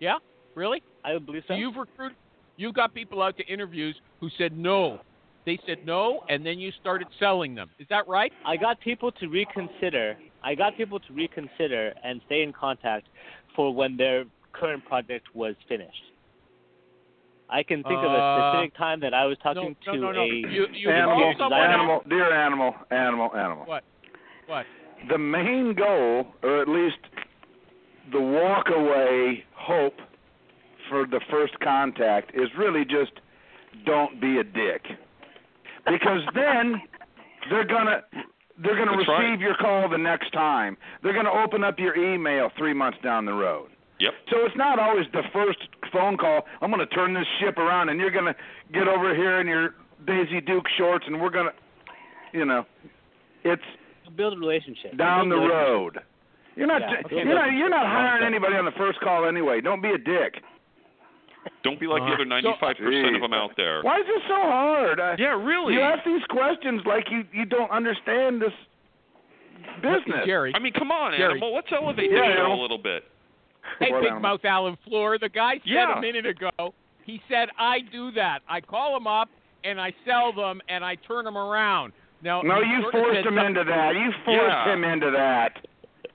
Yeah, really?
I would believe
So
so.
you've recruited, you've got people out to interviews who said no. They said no, and then you started selling them. Is that right?
I got people to reconsider. I got people to reconsider and stay in contact for when their current project was finished. I can think of
Uh,
a specific time that I was talking
no,
to
no, no, no.
a.
You, you
Animal,
call someone out-
animal, dear animal, animal, animal.
What? What?
the main goal, or at least the walk away hope for the first contact, is really just don't be a dick. Because then they're gonna they're gonna
That's right.
receive your call the next time. They're gonna open up your email three months down the road.
Yep.
So it's not always the first phone call. I'm gonna turn this ship around, and you're gonna get over here in your Daisy Duke shorts, and we're gonna, you know, it's
build a relationship.
down the
Build a relationship.
road. You're not
Yeah, okay.
you're not you're not hiring anybody on the first call anyway. Don't be a dick.
Don't be like
Uh,
the other 95% of them out there.
Why is this so hard? I,
Yeah, really.
You ask these questions like you you don't understand this business.
Jerry.
I mean, come on,
Jerry.
Animal. Let's elevate
Yeah,
this show
Animal.
a little bit.
Hey,
What
Big
animal?
Mouth Alan Fleur, the guy said
Yeah.
a minute ago, he said, I do that. I call them up, and I sell them, and I turn them around. Now,
No,
he
you
sorta
forced
said
him into that. You forced
Yeah.
him into that.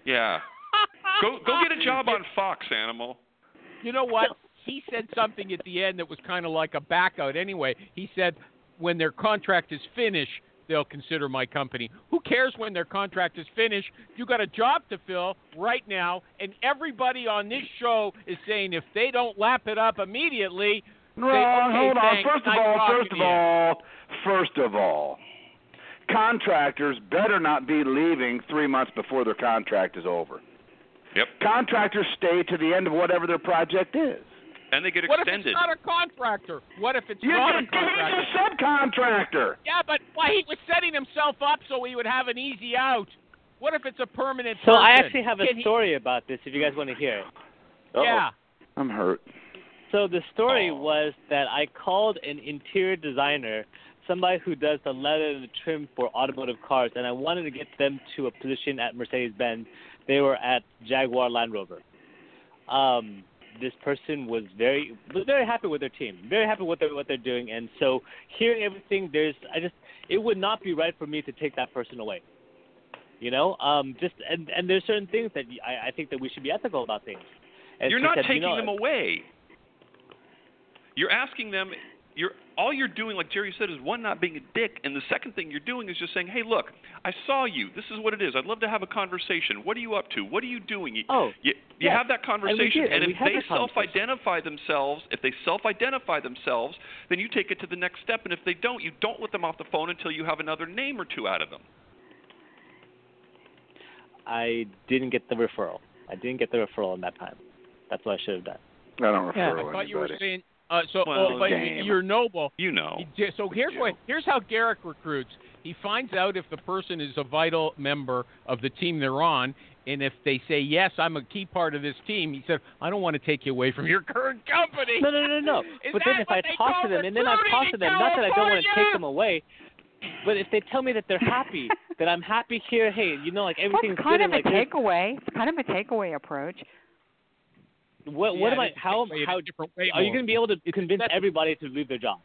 Yeah. Go go get a job on Fox, Animal.
You know what? He said something at the end that was kind of like a back out anyway. He said, when their contract is finished, they'll consider my company. Who cares when their contract is finished? You got a job to fill right now, and everybody on this show is saying if they don't lap it up immediately,
Wrong.
okay,
Hold on.
thanks.
First of
Nice
all,
talking
first
to
of
you.
all, first of all, contractors better not be leaving three months before their contract is over.
Yep.
Contractors stay to the end of whatever their project is.
And they get
what if
extended.
it's not a contractor? What if it's
You
not a
just give
contractor?
it to subcontractor.
Yeah, but why he was setting himself up so he would have an easy out. What if it's a permanent
So
person?
I actually have
Can
a
he-
story about this if you guys want to hear it.
Yeah.
I'm hurt.
So the story was that I called an interior designer, somebody who does the leather and the trim for automotive cars, and I wanted to get them to a position at Mercedes-Benz. They were at Jaguar Land Rover. Um, this person was very was very happy with their team, very happy with their, what they're doing, and so hearing everything, there's I just it would not be right for me to take that person away. You know, um, just and and there's certain things that I, I think that we should be ethical about things. And
you're
she
not
said, you
taking
know,
them away. You're asking them. You're all you're doing, like Jerry said, is one not being a dick, and the second thing you're doing is just saying, "Hey, look, I saw you. This is what it is. I'd love to have a conversation. What are you up to? What are you doing?" You,
Oh,
you, you
yes.
have that
we
conversation,
did, and we
if
had
they
that
self-identify themselves, if they self-identify themselves, then you take it to the next step, and if they don't, you don't let them off the phone until you have another name or two out of them.
I didn't get the referral. I didn't get the referral in that time. That's what I should have done.
I don't refer
I
to
thought
anybody.
you were saying. Uh, so,
Well,
oh, but
Damn.
you're noble.
You know.
Yeah, So here's
Yeah.
what here's how Garrick recruits. He finds out if the person is a vital member of the team they're on, and if they say yes, I'm a key part of this team. He said, I don't want to take you away from your current company.
No, no, no, no.
Is
but
that
then if
what
I
they
talk
call
to them, and then I
recruiting
talk
in
to them, not that I don't want to
California?
take them away, but if they tell me that they're happy, that I'm happy here, hey, you know, like
Well,
everything's
it's kind
good
of
and like
a
this,
takeaway. It's kind of a takeaway approach.
what, what
Yeah,
am I?
it's a
How am
different way-
how
it's a different way
are you
more.
going to be able to convince
that's-
everybody to leave their job?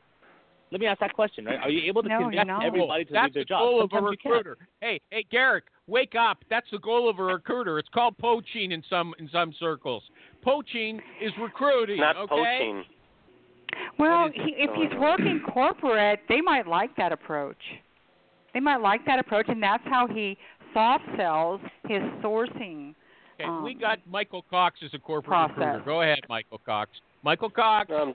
Let me ask that question, right? Are you able to
No,
convince
no.
everybody to
Oh, That's
leave their
the
job?
goal of a
Sometimes you can't.
recruiter. Hey, hey, Garrick, wake up! That's the goal of a recruiter. It's called poaching in some in some circles. Poaching is recruiting.
Not
okay?
poaching.
Well,
What is
he, if
going
he's
on?
working corporate, they might like that approach. They might like that approach, and that's how he soft sells his sourcing.
Okay, we
Um,
got Michael Cox as a corporate
process.
recruiter. Go ahead, Michael Cox. Michael Cox.
Um,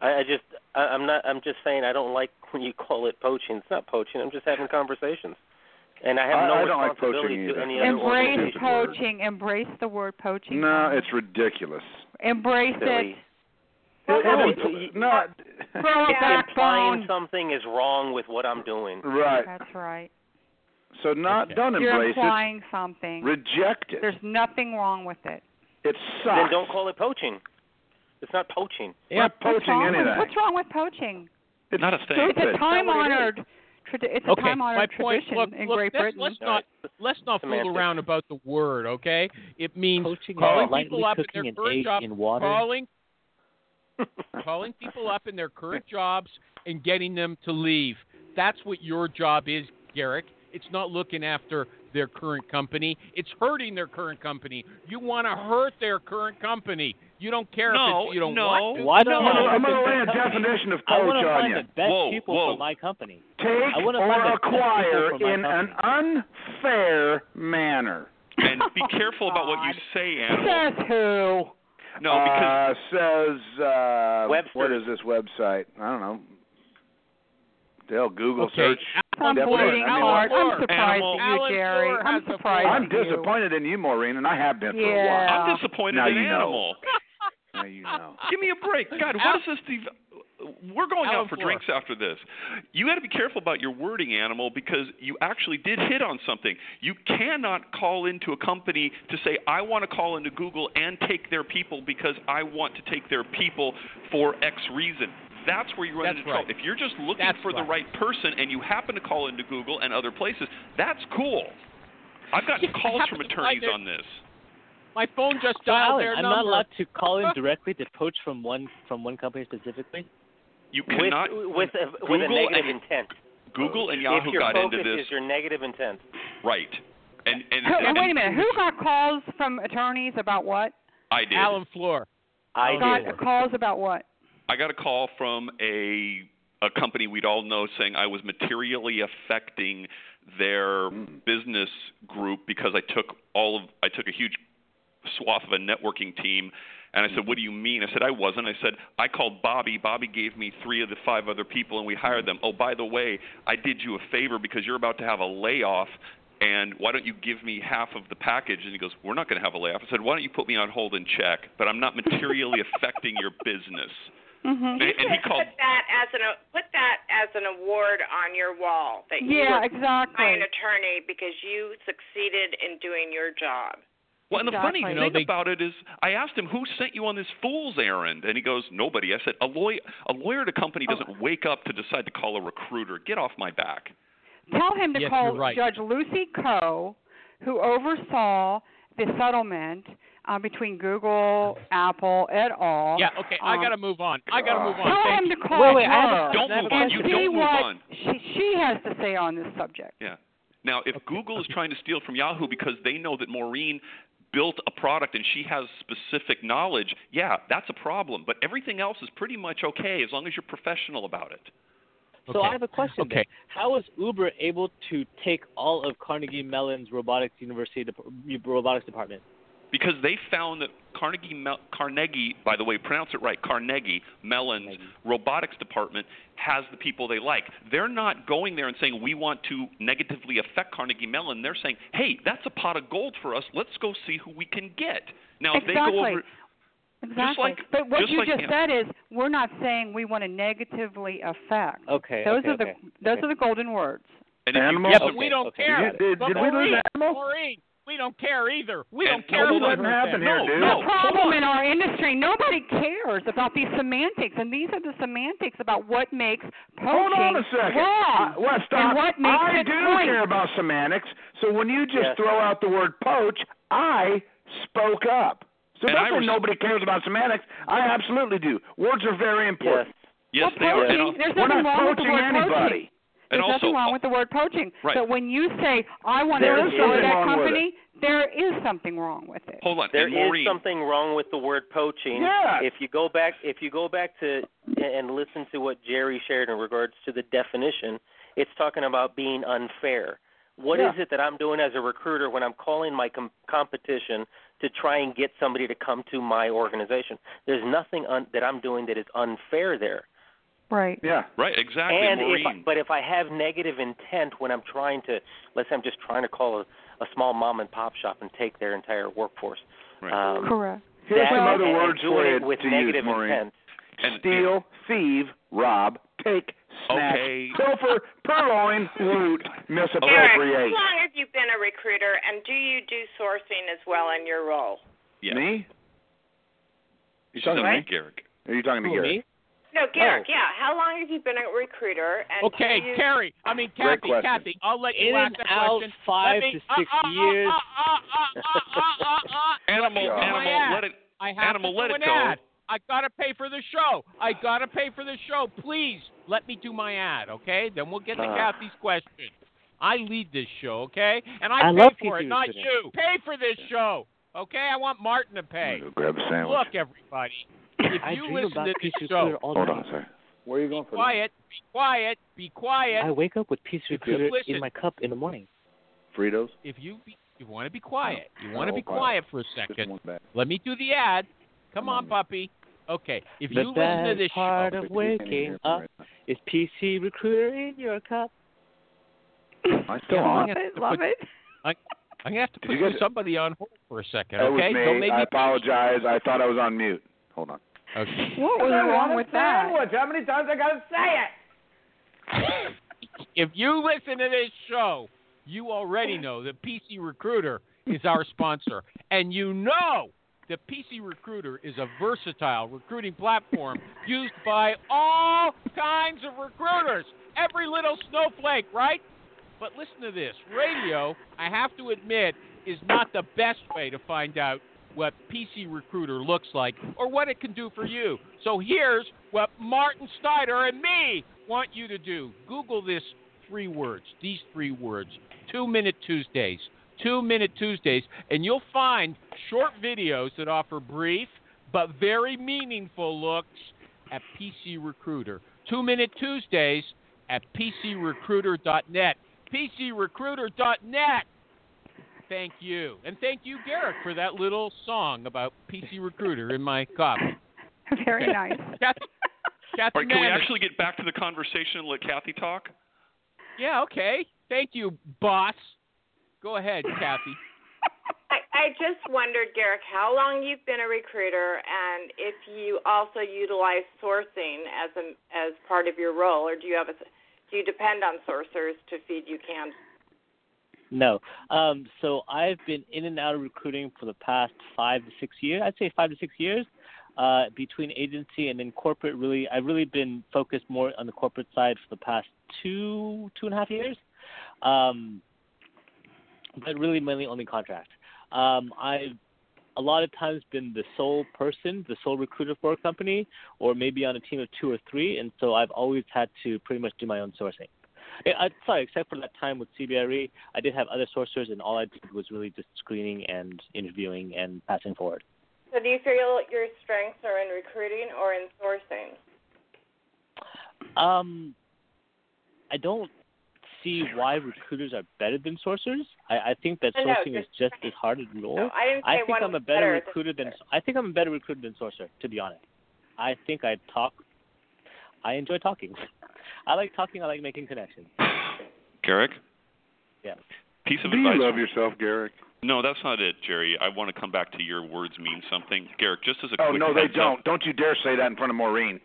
I, I just, I, I'm not. I'm just saying I don't like when you call it poaching. It's not poaching. I'm just having conversations, and I have
I-
no
I don't like poaching
responsibility
either.
to any other
Embrace
organization.
poaching. Embrace the word poaching.
No,
Tom.
it's ridiculous.
embrace
Silly.
it.
No,
Throw
it's-
it-
it's
uh,
No,
throw a
implying
backbone.
something is wrong with what I'm doing.
right.
That's right.
So not
Okay.
don't
You're
embrace it.
implying something.
Reject it.
There's nothing wrong with it.
it sucks.
Then don't call it poaching. It's not poaching.
We're not
what's
poaching
wrong
anything.
With, what's wrong with poaching?
It's
Not a thing.
It's a
stupid.
time honored. it's a
okay,
time
my
honored
point.
tradition
Look,
in
look,
Great
let's,
Britain.
let's not let's not fool
Semantics.
around about the word. Okay, it means
Coaching
calling
is lightly
people up at
cooking
their
an
current
egg
job,
in water.
calling calling people up in their current jobs and getting them to leave. That's what your job is, Garrick. It's not looking after their current company. It's hurting their current company. You want to hurt their current company. You don't care if
No,
it's, you don't
no.
want to.
Why
I'm
don't
gonna,
I
I'm gonna lay a
want to find the-
definition of
I want
poach
to
on
find
you.
the best
Whoa,
people
whoa.
for my company.
Take
I wanna find the
or
best people
acquire
for my
in an unfair manner.
And be
Oh,
careful about what you say, animal.
Says who?
No, because
uh, says uh,
Webster.
what is this website? I don't know. They'll Google
Okay,
search.
Some
Definition.
bleeding
I mean,
heart.
Alan
I'm surprised
Moore.
at you,
Alan
Jerry.
Moore
I'm
has a
surprised.
point.
at
I'm disappointed in you, Maureen, and I have been for a
Yeah.
while.
I'm disappointed
Uh, Now
in
you know.
animal.
Now you know.
Give me a break. God, what is this? Steve? We're going
Alan
out for
Fleur.
drinks after this. You got to be careful about your wording, animal, because you actually did hit on something. You cannot call into a company to say, I want to call into Google and take their people because I want to take their people for X reason. That's where you run
That's
into
right.
trouble. If you're just looking
That's
for the
right.
right person and you happen to call into Google and other places, that's cool. I've gotten
Yeah, I
calls
happen
from
to find
attorneys
their-
on this.
My phone just
So,
dialed
Alan,
their
I'm
number.
not allowed to call in directly to poach from one from one company specifically.
You
With
cannot
with a, with a
Google
negative
and-
intent.
Google and
if
Yahoo
your
got
focus
into this
is your negative intent.
right. And and,
Who,
and
wait a minute. Who got calls from attorneys about what?
I did.
Alan Floor.
I
Oh,
did.
Got calls about what?
I got a call from a a company we'd all know saying I was materially affecting their business group because I took all of I took a huge swath of a networking team and I said, What do you mean? I said, I wasn't. I said, I called Bobby. Bobby gave me three of the five other people and we hired them. Oh, by the way, I did you a favor because you're about to have a layoff and why don't you give me half of the package? And he goes, We're not going to have a layoff. I said, Why don't you put me on hold and check? But I'm not materially affecting your business.
hmm
They- and he
should
called-
put that as an put that as an award on your wall that you
Yeah,
were
exactly.
by an attorney because you succeeded in doing your job.
Well, and the funny
Exactly.
thing
You know,
they-
about it is, I asked him who sent you on this fool's errand, and he goes, "Nobody." I said, "A lawyer, a lawyer at a company doesn't wake up to decide to call a recruiter. Get off my back."
Tell him to
Yes,
call
you're right.
Judge Lucy Coe, who oversaw the settlement uh, between Google, Apple, et al.
Yeah, okay, I
Uh-huh.
Um,
gotta move on. I gotta move on.
Tell
Thank
him
you.
to call
Wait, wait, I have a-
her
Don't
I have
move
a
on.
and
You
see
question.
don't move
what
on.
she she has to say on this subject.
Yeah. Now, if Google is trying to steal from Yahoo because they know that Maureen built a product and she has specific knowledge, yeah, that's a problem. But everything else is pretty much okay as long as you're professional about it.
So
Okay.
I have a question. then.
Okay.
How was Uber able to take all of Carnegie Mellon's robotics university dep- robotics department?
Because they found that Carnegie, Mel- Carnegie, by the way, pronounce it right, Carnegie Mellon's robotics department has the people they like. They're not going there and saying we want to negatively affect Carnegie Mellon. They're saying, hey, that's a pot of gold for us. Let's go see who we can get. Now, if they go
Exactly.
over,
Exactly.
like-
but what
just
you
like-
just
yeah.
said is we're not saying we want to negatively affect.
Okay.
Those
okay,
are the
okay.
those
okay.
are the golden words.
and if you
Animal-
Yeah,
Okay,
but we don't
okay.
care.
Did- did-
But
did we lose
Maureen-
animal?
Maureen, we don't care either. We
And
don't care
no,
about
that
her
happened
thing.
here,
No,
dude.
no,
the problem in our industry, nobody cares about these semantics, and these are the semantics about what makes poaching
Hold on a second.
wrong.
Uh, Wes, stop.
And what makes
I
it
do
great.
care about semantics. So when you just
Yes.
throw out the word poach, I spoke up. So
And
don't
I
say
res-
nobody cares about semantics. I absolutely do. Words are very
Yes.
important.
Well,
Yes, they are. And,
poaching-
al-
there's
We're
nothing
not
wrong with the
poaching
word
anybody.
poaching. There's
and also,
nothing wrong with the word poaching.
Right.
But when you say I want
There
to
is
destroy
something
that
wrong with
company, there is something wrong with it.
hold on.
There
and
is
Maureen,
something wrong with the word poaching.
Yeah.
If you go back, if you go back to and listen to what Jerry shared in regards to the definition, it's talking about being unfair. What is
Yeah.
it that I'm doing as a recruiter when I'm calling my com- competition to try and get somebody to come to my organization? There's nothing un- that I'm doing that is unfair there.
Right.
Yeah.
right? Exactly,
and if I,
Maureen.
but if I have negative intent when I'm trying to, let's say I'm just trying to call a, a small mom and pop shop and take their entire workforforce.
Right.
Um,
Correct.
Here's
that
Uh, some other
and- and
words
doing
for you
it with
to use,
negative
Maureen.
intent.
And-
Steal, thieve, rob, take, snatch,
Okay.
pilfer, purloin, loot,
Eric,
misappropriate.
how long have you been a recruiter, and do you do sourcing as well in your role?
yeah.
Me?
She's
Sorry,
not
Mike?
Garrick.
Are you talking to
Who,
Gary?
me?
No, Garrick. Yeah, how long have you been a recruiter? And
Okay,
do you,
Carrie. I mean,
Great
Kathy.
question.
Kathy, I'll let you
In
ask
and
that
out
question.
five
let me,
to
uh,
six
uh, uh, uh,
years.
uh, uh, uh, uh, uh.
Animal,
Yeah.
Oh, yeah.
animal, let it.
I have
Animal,
to do
let it
an
go.
ad. I gotta pay for the show. I gotta pay for the show. Please let me do my ad, okay? Then we'll get to
Ah.
Kathy's question. I lead this show, okay? And I,
I
pay
love
for it,
you
not
today.
you. Pay for this show, okay? I want Martin to
I'm
pay.
gonna go grab a sandwich.
Look, everybody, if
I
you
dream
listen
about
to this
Peace Recruiter
show,
all
Hold
night.
on a second.
Where are you going
be quiet, be quiet, be quiet.
I wake up with Peace Recruiter
listen.
in my cup in the morning.
Fritos?
if you be, you want to be quiet, you want to
Oh,
be
wow.
quiet for a
Just
second.
one Mm. back.
Let me do the ad. Come
Come
on,
on.
puppy. Okay, if
the
you listen
best
to this show,
part of waking
Uh,
up is PC Recruiter in your cup.
I still
Yeah,
on.
yeah.
That
I love it.
I'm gonna have to
Did
put
you guys-
somebody on hold for a second.
was
Okay,
me.
so maybe
I apologize. I thought I was on mute. Hold on.
Okay.
What was wrong with that?
if you listen to this show, you already know that PC Recruiter is our sponsor, and you know that PC Recruiter is a versatile recruiting platform used by all kinds of recruiters, every little snowflake, right? But listen to this radio, I have to admit, is not the best way to find out what PC Recruiter looks like or what it can do for you. So here's what Martin Snyder and me want you to do. Google this three words, these three words, Two Minute Tuesdays, Two Minute Tuesdays, and you'll find short videos that offer brief but very meaningful looks at PC Recruiter. Two Minute Tuesdays at PCRecruiter.net. PCRecruiter.net. Thank you. And thank you, Garrick, for that little song about PC Recruiter in my copy.
Very nice.
Kathy, Kathy
All right, can we
Manning.
actually get back to the conversation and let Kathy talk?
Yeah, okay. Thank you, boss. Go ahead, Kathy.
I, I I just wondered, Garrick, how long you've been a recruiter, and if you also utilize sourcing as a as part of your role, or do you have a do you depend on sourcers to feed you candidates?
No. Um, so I've been in and out of recruiting for the past five to six years. I'd say five to six years. Uh, between agency and in corporate, really, I've really been focused more on the corporate side for the past two two and a half years, um, but really mainly only contract. Um, I've a lot of times been the sole person, the sole recruiter for a company, or maybe on a team of two or three, and so I've always had to pretty much do my own sourcing. I, I, sorry, except for that time with CBRE, E, I did have other sourcers, and all I did was really just screening and interviewing and passing forward.
So do you feel your strengths are in recruiting or in sourcing?
Um, I don't see why recruiters are better than sourcers. I, I think that
No, no,
sourcing is
just-
just as hard a role.
No, I didn't say
I think
one
I'm a
was
better
better than
recruiter than
the
I think I'm a better recruiter than sourcer, to be honest. I think I talk. I enjoy talking. I like talking. I like making connections.
Garrick?
Yeah.
Piece of
Do you
advice.
love yourself, Garrick?
No, that's not it, Jerry. I want to come back to your words mean something. Garrick, just as a
Oh
quick
no, they
heads up-
don't. Don't you dare say that in front of Maureen.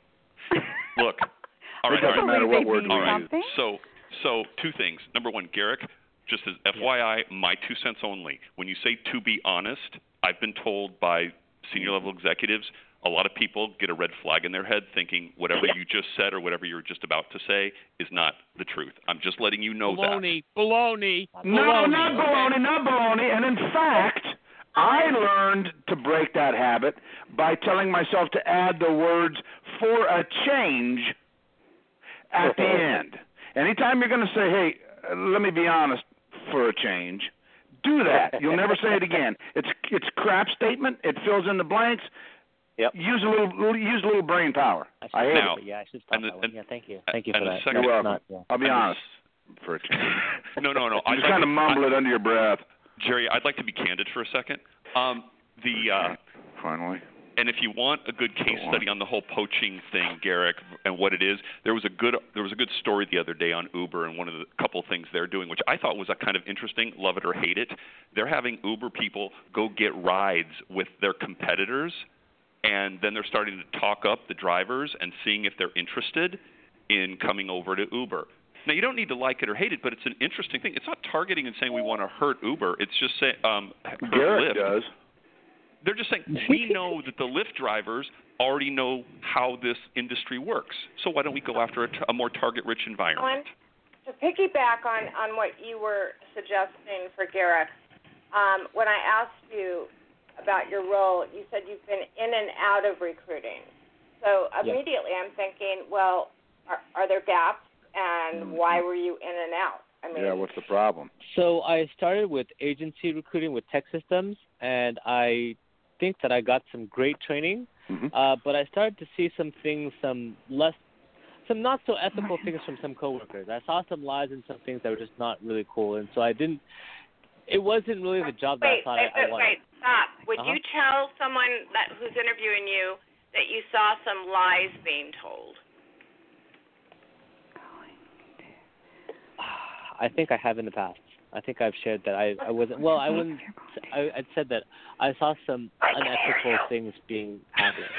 Look. All right,
it
all
doesn't
right.
matter what
They
word
mean
we
All right.
use.
something?
So, so two things. Number one, Garrick, just as FYI, my two cents only. When you say to be honest, I've been told by senior level executives, a lot of people get a red flag in their head thinking whatever you just said or whatever you're just about to say is not the truth. I'm just letting you know that.
baloney, baloney,
No,
baloney.
not baloney, not baloney. And in fact, I learned to break that habit by telling myself to add the words for a change at the end. Anytime you're going to say, hey, uh, let me be honest, for a change, do that. You'll never say it again. It's it's crap statement. It fills in the blanks.
Yep.
Use a little use a little brain power.
I should
I hate
Now-
it.
but yeah, I should stop
and the-
that one.
and-
yeah, thank you,
and-
thank you
and
for
the
that.
second-
That's
You're
not, yeah.
I'll be honest for a change.
no, no, no.
You
I'd
just
like
kind of
to-
mumble it under your breath.
Jerry, I'd like to be candid for a second. Um, the uh,
Finally.
and if you want a good case
Go on.
study on the whole poaching thing, Garrick, and what it is, there was a good there was a good story the other day on Uber and one of the couple things they're doing, which I thought was a kind of interesting. Love it or hate it, they're having Uber people go get rides with their competitors, and then they're starting to talk up the drivers and seeing if they're interested in coming over to Uber. Now you don't need to like it or hate it, but it's an interesting thing. It's not targeting and saying we want to hurt Uber. It's just saying um, hurt
Garrett
Lyft.
does.
They're just saying we know that the Lyft drivers already know how this industry works. So why don't we go after a, t- a more target-rich environment?
To piggyback on on what you were suggesting for Garrick, um, when I asked you about your role, you said you've been in and out of recruiting. So
Yes.
immediately, I'm thinking, well, are, are there gaps, and why were you in and out? I mean,
Mm-hmm. Yeah, what's the problem?
So I started with agency recruiting with Tech Systems, and I think that I got some great training.
Mhm.
Uh, but I started to see some things, some less, some not so ethical things from some coworkers. I saw some lies and some things that were just not really cool, and so I didn't. It wasn't really the job that
wait,
I thought
wait,
I, I
wait,
wanted.
wait, stop. Would
Uh-huh.
you tell someone that who's interviewing you that you saw some lies being told?
I think I have in the past. I think I've shared that I I wasn't well. I wouldn't. I I'd said that I saw some unethical things being happening.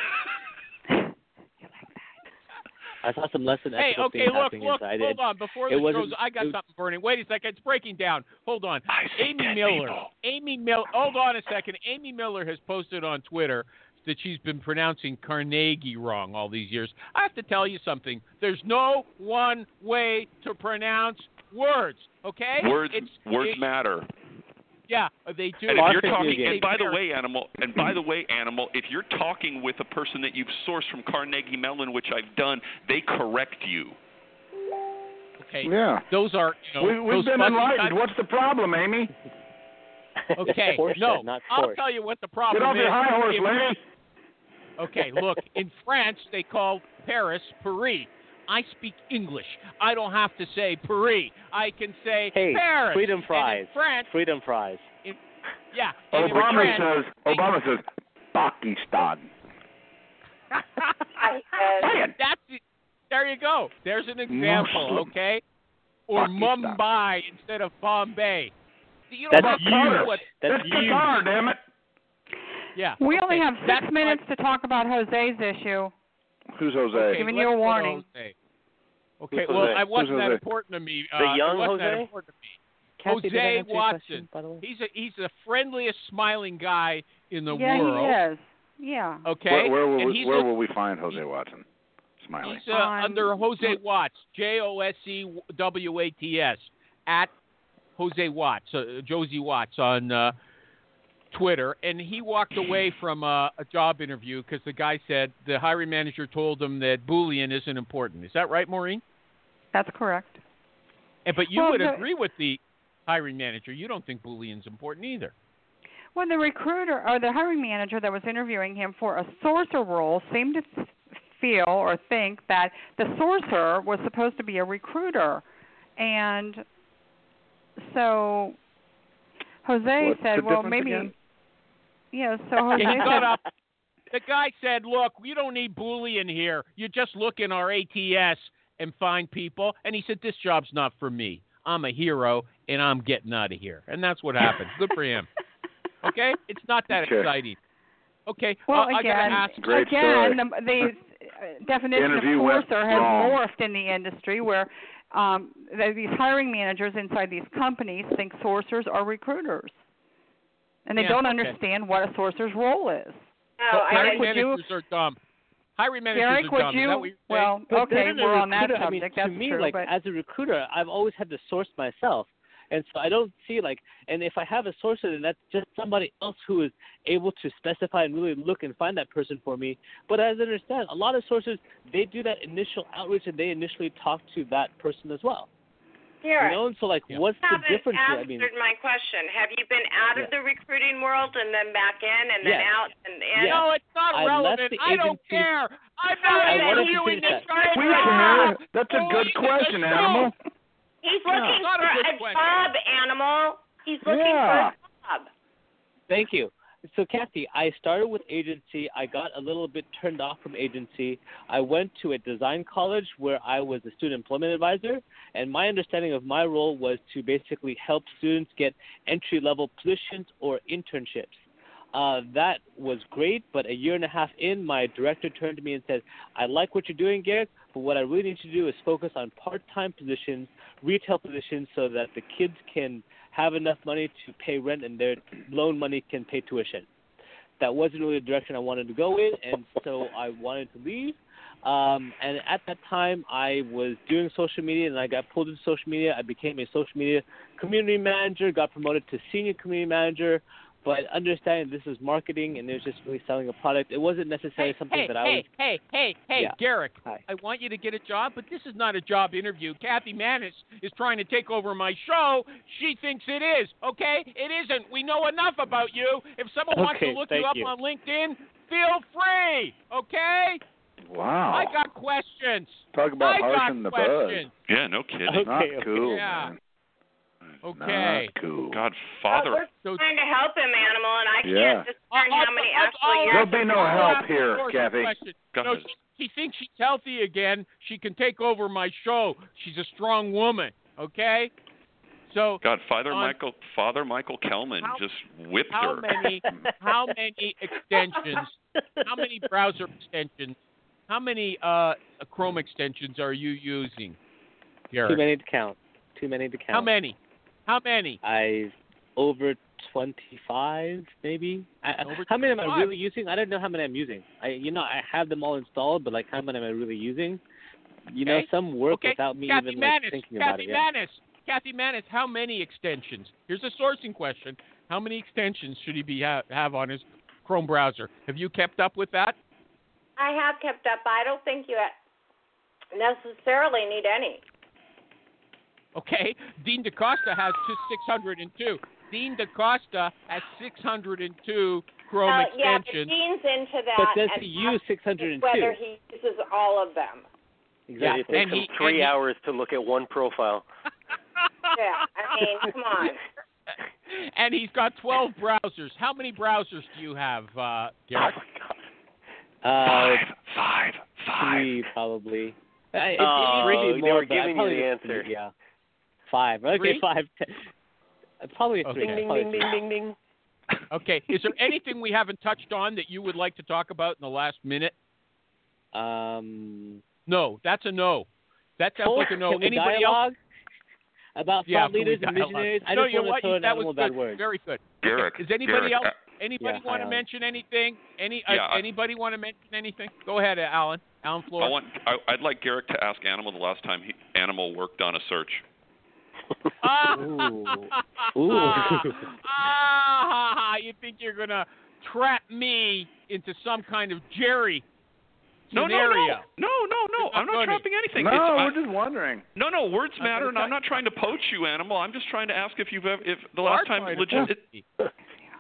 I saw some less than
Hey,
ethical
okay,
things
look,
happening
look,
inside.
hold on. Before
it
this
wasn't-
goes, I got
it was-
something burning. Wait a second, it's breaking down. Hold on.
I see
Amy
dead
Miller.
people.
Amy Miller. Hold on a second. Amy Miller has posted on Twitter that she's been pronouncing Carnegie wrong all these years. I have to tell you something. There's no one way to pronounce words. Okay?
Words
It's-
words
it-
matter.
Yeah, they do.
And if you're
Marketing
talking,
again.
and by the way, animal, and by the way, animal, if you're talking with a person that you've sourced from Carnegie Mellon, which I've done, they correct you.
okay,
Yeah.
those are. You know,
We, we've
those
been
fucking
enlightened.
types-
What's the problem, Amy?
Okay,
Porsche,
no,
not
I'll
Porsche.
tell you what the
Get
problem
off
is.
your high horse,
If-
lady.
Okay, look, in France they call Paris Paris. I speak English. I don't have to say Paris. I can say
Hey,
Paris.
freedom
And
fries.
in France,
Freedom fries.
yeah. and in
Obama
France,
says. Obama says. Pakistan.
I said,
Say it.
that's it. there you go. There's an example,
Muslim.
okay? Or
Pakistan.
Mumbai instead of Bombay. you don't
That's
have to
huge.
know what.
That's
It's
huge.
Qatar, damn it.
Yeah.
We only
okay,
have six
that's
minutes
fine.
to talk about Jose's issue.
Who's Jose?
Okay,
Giving you a
let's go to
warning.
Jose. Okay,
Who's
well,
Jose?
I wasn't
Who's
that
Jose?
important to me. Uh,
The young
it wasn't that
Jose?
important to me.
Kathy, did I
Jose
answer your
Watson.
question, by the way?
He's a he's the friendliest smiling guy in the
yeah,
world.
he is. Yeah.
Okay,
Where, where will
and
we,
he's
where
a-
will we find Jose Watson? Smiley.
He's uh,
On-
under Jose Watts, J O S E W A T S, at Jose Watts, uh, Josie Watts on uh, Twitter. And he walked away from uh, a job interview because the guy said the hiring manager told him that Boolean isn't important. Is that right, Maureen?
That's correct.
And, but you
Well,
would
the-
agree with the hiring manager. You don't think Boolean's important either.
Well, the recruiter or the hiring manager that was interviewing him for a sorcerer role seemed to feel or think that the sorcerer was supposed to be a recruiter. And so Jose
What's the
said, well,
difference
maybe.
again?
Yeah, so Jose
Yeah, he
said,
got up. The guy said, "Look, you don't need Boolean here. You just look in our ATS and find people." And he said, "This job's not for me. I'm a hero, and I'm getting out of here." And that's what happened. Good for him. Okay, it's not that
Okay.
exciting. Okay,
Well,
uh, I
again,
gotta ask.
Great
again,
story.
the, the uh, definition
Interview
of
went
forcer has
wrong.
morphed in the industry where um, th- these hiring managers inside these companies think sorcerers are recruiters. And they
Yeah,
don't
okay.
understand what a sorcerer's role is.
No,
Well,
I,
hiring
would you-
managers are dumb. Hiring managers
Derek,
are
would
dumb. Is that what
you?
you're saying?
Well,
But
okay,
then a
we're on that
recruiter,
subject.
I mean,
That's
to me,
true.
like
but
as a recruiter, I've always had to source myself, and so I don't see like, and if I have a sourcer, then that's just somebody else who is able to specify and really look and find that person for me. But as I understand, a lot of sources they do that initial outreach and they initially talk to that person as well.
Derek,
You know, and so like,
Yeah.
what's
you
the
haven't
difference? here?
answered
I mean,
my question. Have you been out of
Yeah.
the recruiting world and then back in and then
Yes.
out and in?
Yes.
No, it's not
I left
relevant.
the
I don't
agency-
care. I'm
I
not
wanted to
interviewing
say
this
that.
guy.
We
Yeah.
care. That's a good
Boolean's a
question,
joke.
animal.
He's looking
Not a
for
good
a,
question.
job, animal. He's looking
Yeah.
for a job.
Thank you. So, Kathy, I started with agency. I got a little bit turned off from agency. I went to a design college where I was a student employment advisor, and my understanding of my role was to basically help students get entry level positions or internships. Uh, that was great, but a year and a half in, my director turned to me and said, I like what you're doing, Garrett, but what I really need to do is focus on part time positions, retail positions, so that the kids can have enough money to pay rent and their loan money can pay tuition. That wasn't really the direction I wanted to go in, and so I wanted to leave. Um, and at that time, I was doing social media, and I got pulled into social media. I became a social media community manager, got promoted to senior community manager. But understanding this was marketing, and it was just really selling a product. It wasn't necessarily
Hey,
something
hey,
that I
hey,
was.
Hey, hey, hey,
Yeah.
Derek.
Hi.
I want you to get a job, but this is not a job interview. Kathy Manis is trying to take over my show. She thinks it is, okay? It isn't. We know enough about you. If someone wants to
Okay,
look
thank
you up
you.
on LinkedIn, feel free, okay?
Oh.
Wow.
I got questions.
Talk about
I got
harshing the
questions.
Yeah, no kidding.
buzz. Not
Okay, okay.
cool,
Yeah.
man.
Okay.
Not cool.
God,
But
Father,
we're
So
trying to help him, animal, and I
Yeah.
can't discern
I'll-
how many
I'll- I'll-
actually
There'll
you're
be no
I'll
help
ask
here,
Doris a
Kathy.
question.
God.
No, she, she thinks she's healthy again. She can take over my show. She's a strong woman, okay? So
God, Father
on-
Michael, Father Michael Kelman
How-
just whipped
how
her.
many how many extensions how many browser extensions how many uh, chrome extensions are you using
Too
Derek?
many to count. Too many to count.
how many how many
I over 25 maybe. I,
Over
how many am
25?
I really using? I don't know how many I'm using. I you know I have them all installed, but like how many am I really using? You know
Okay.
some work
okay
without me
kathy
even
manis
like thinking about
kathy
it. yeah.
manis kathy manis how many extensions here's a sourcing question how many extensions should he be ha- have on his chrome browser have you kept up with that
I have kept up. I don't think you necessarily need any.
Okay, Dean DaCosta has two- 602. Dean DaCosta has 602 Chrome
Uh, yeah, but
extensions.
Dean's into that.
But does
and
he use
that's
602?
Whether he uses all of them.
Exactly.
It takes
and
him
he- and
three
he-
hours to look at one profile.
Yeah, I mean, come on.
and he's got 12 browsers. How many browsers do you have, uh, Derek?
Uh,
five,
three probably. I- it- it
Oh,
may be
they
more,
were
but I
giving you
probably
the
just-
answer.
Yeah. Five. Okay,
Three?
five. T- Probably a
Okay.
three.
Ding, ding,
Probably a
ding,
three.
ding, ding, ding.
Okay. Is there anything we haven't touched on that you would like to talk about in the last minute?
Um,
No, that's a no. That sounds
Cole,
like a no.
can we
Anybody else?
dialogue About
Yeah,
thought
can we
leaders and
dialogue?
visionaries. I
no,
just
you know
want
what?
to throw an
that was
animal
good.
bad word.
Very good.
Derek.
Is anybody
Derek,
else?
uh,
Anybody
Yeah, um,
want to
Alan.
mention anything? Any?
Yeah,
uh,
I-
anybody want to mention anything? Go ahead, Alan. Alan
I
Flores.
want. I, I'd like Garrick to ask Animal the last time he, Animal worked on a search.
Ah!
Ooh. Ooh.
ah! You think you're gonna trap me into some kind of Jerry
No, no, no,
scenario?
no, no, no.
It's not
I'm not
funny.
trapping anything.
no,
It's- I-
we're just wondering.
No, no, words
I'm
matter,
gonna
and
try-
I'm not trying to poach you, animal. I'm just trying to ask if you've ever, if the last time
Hard
legit.
point of view.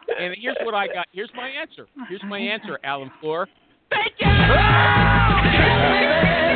and here's what I got. Here's my answer. Here's my answer, Alan Floor. Thank you.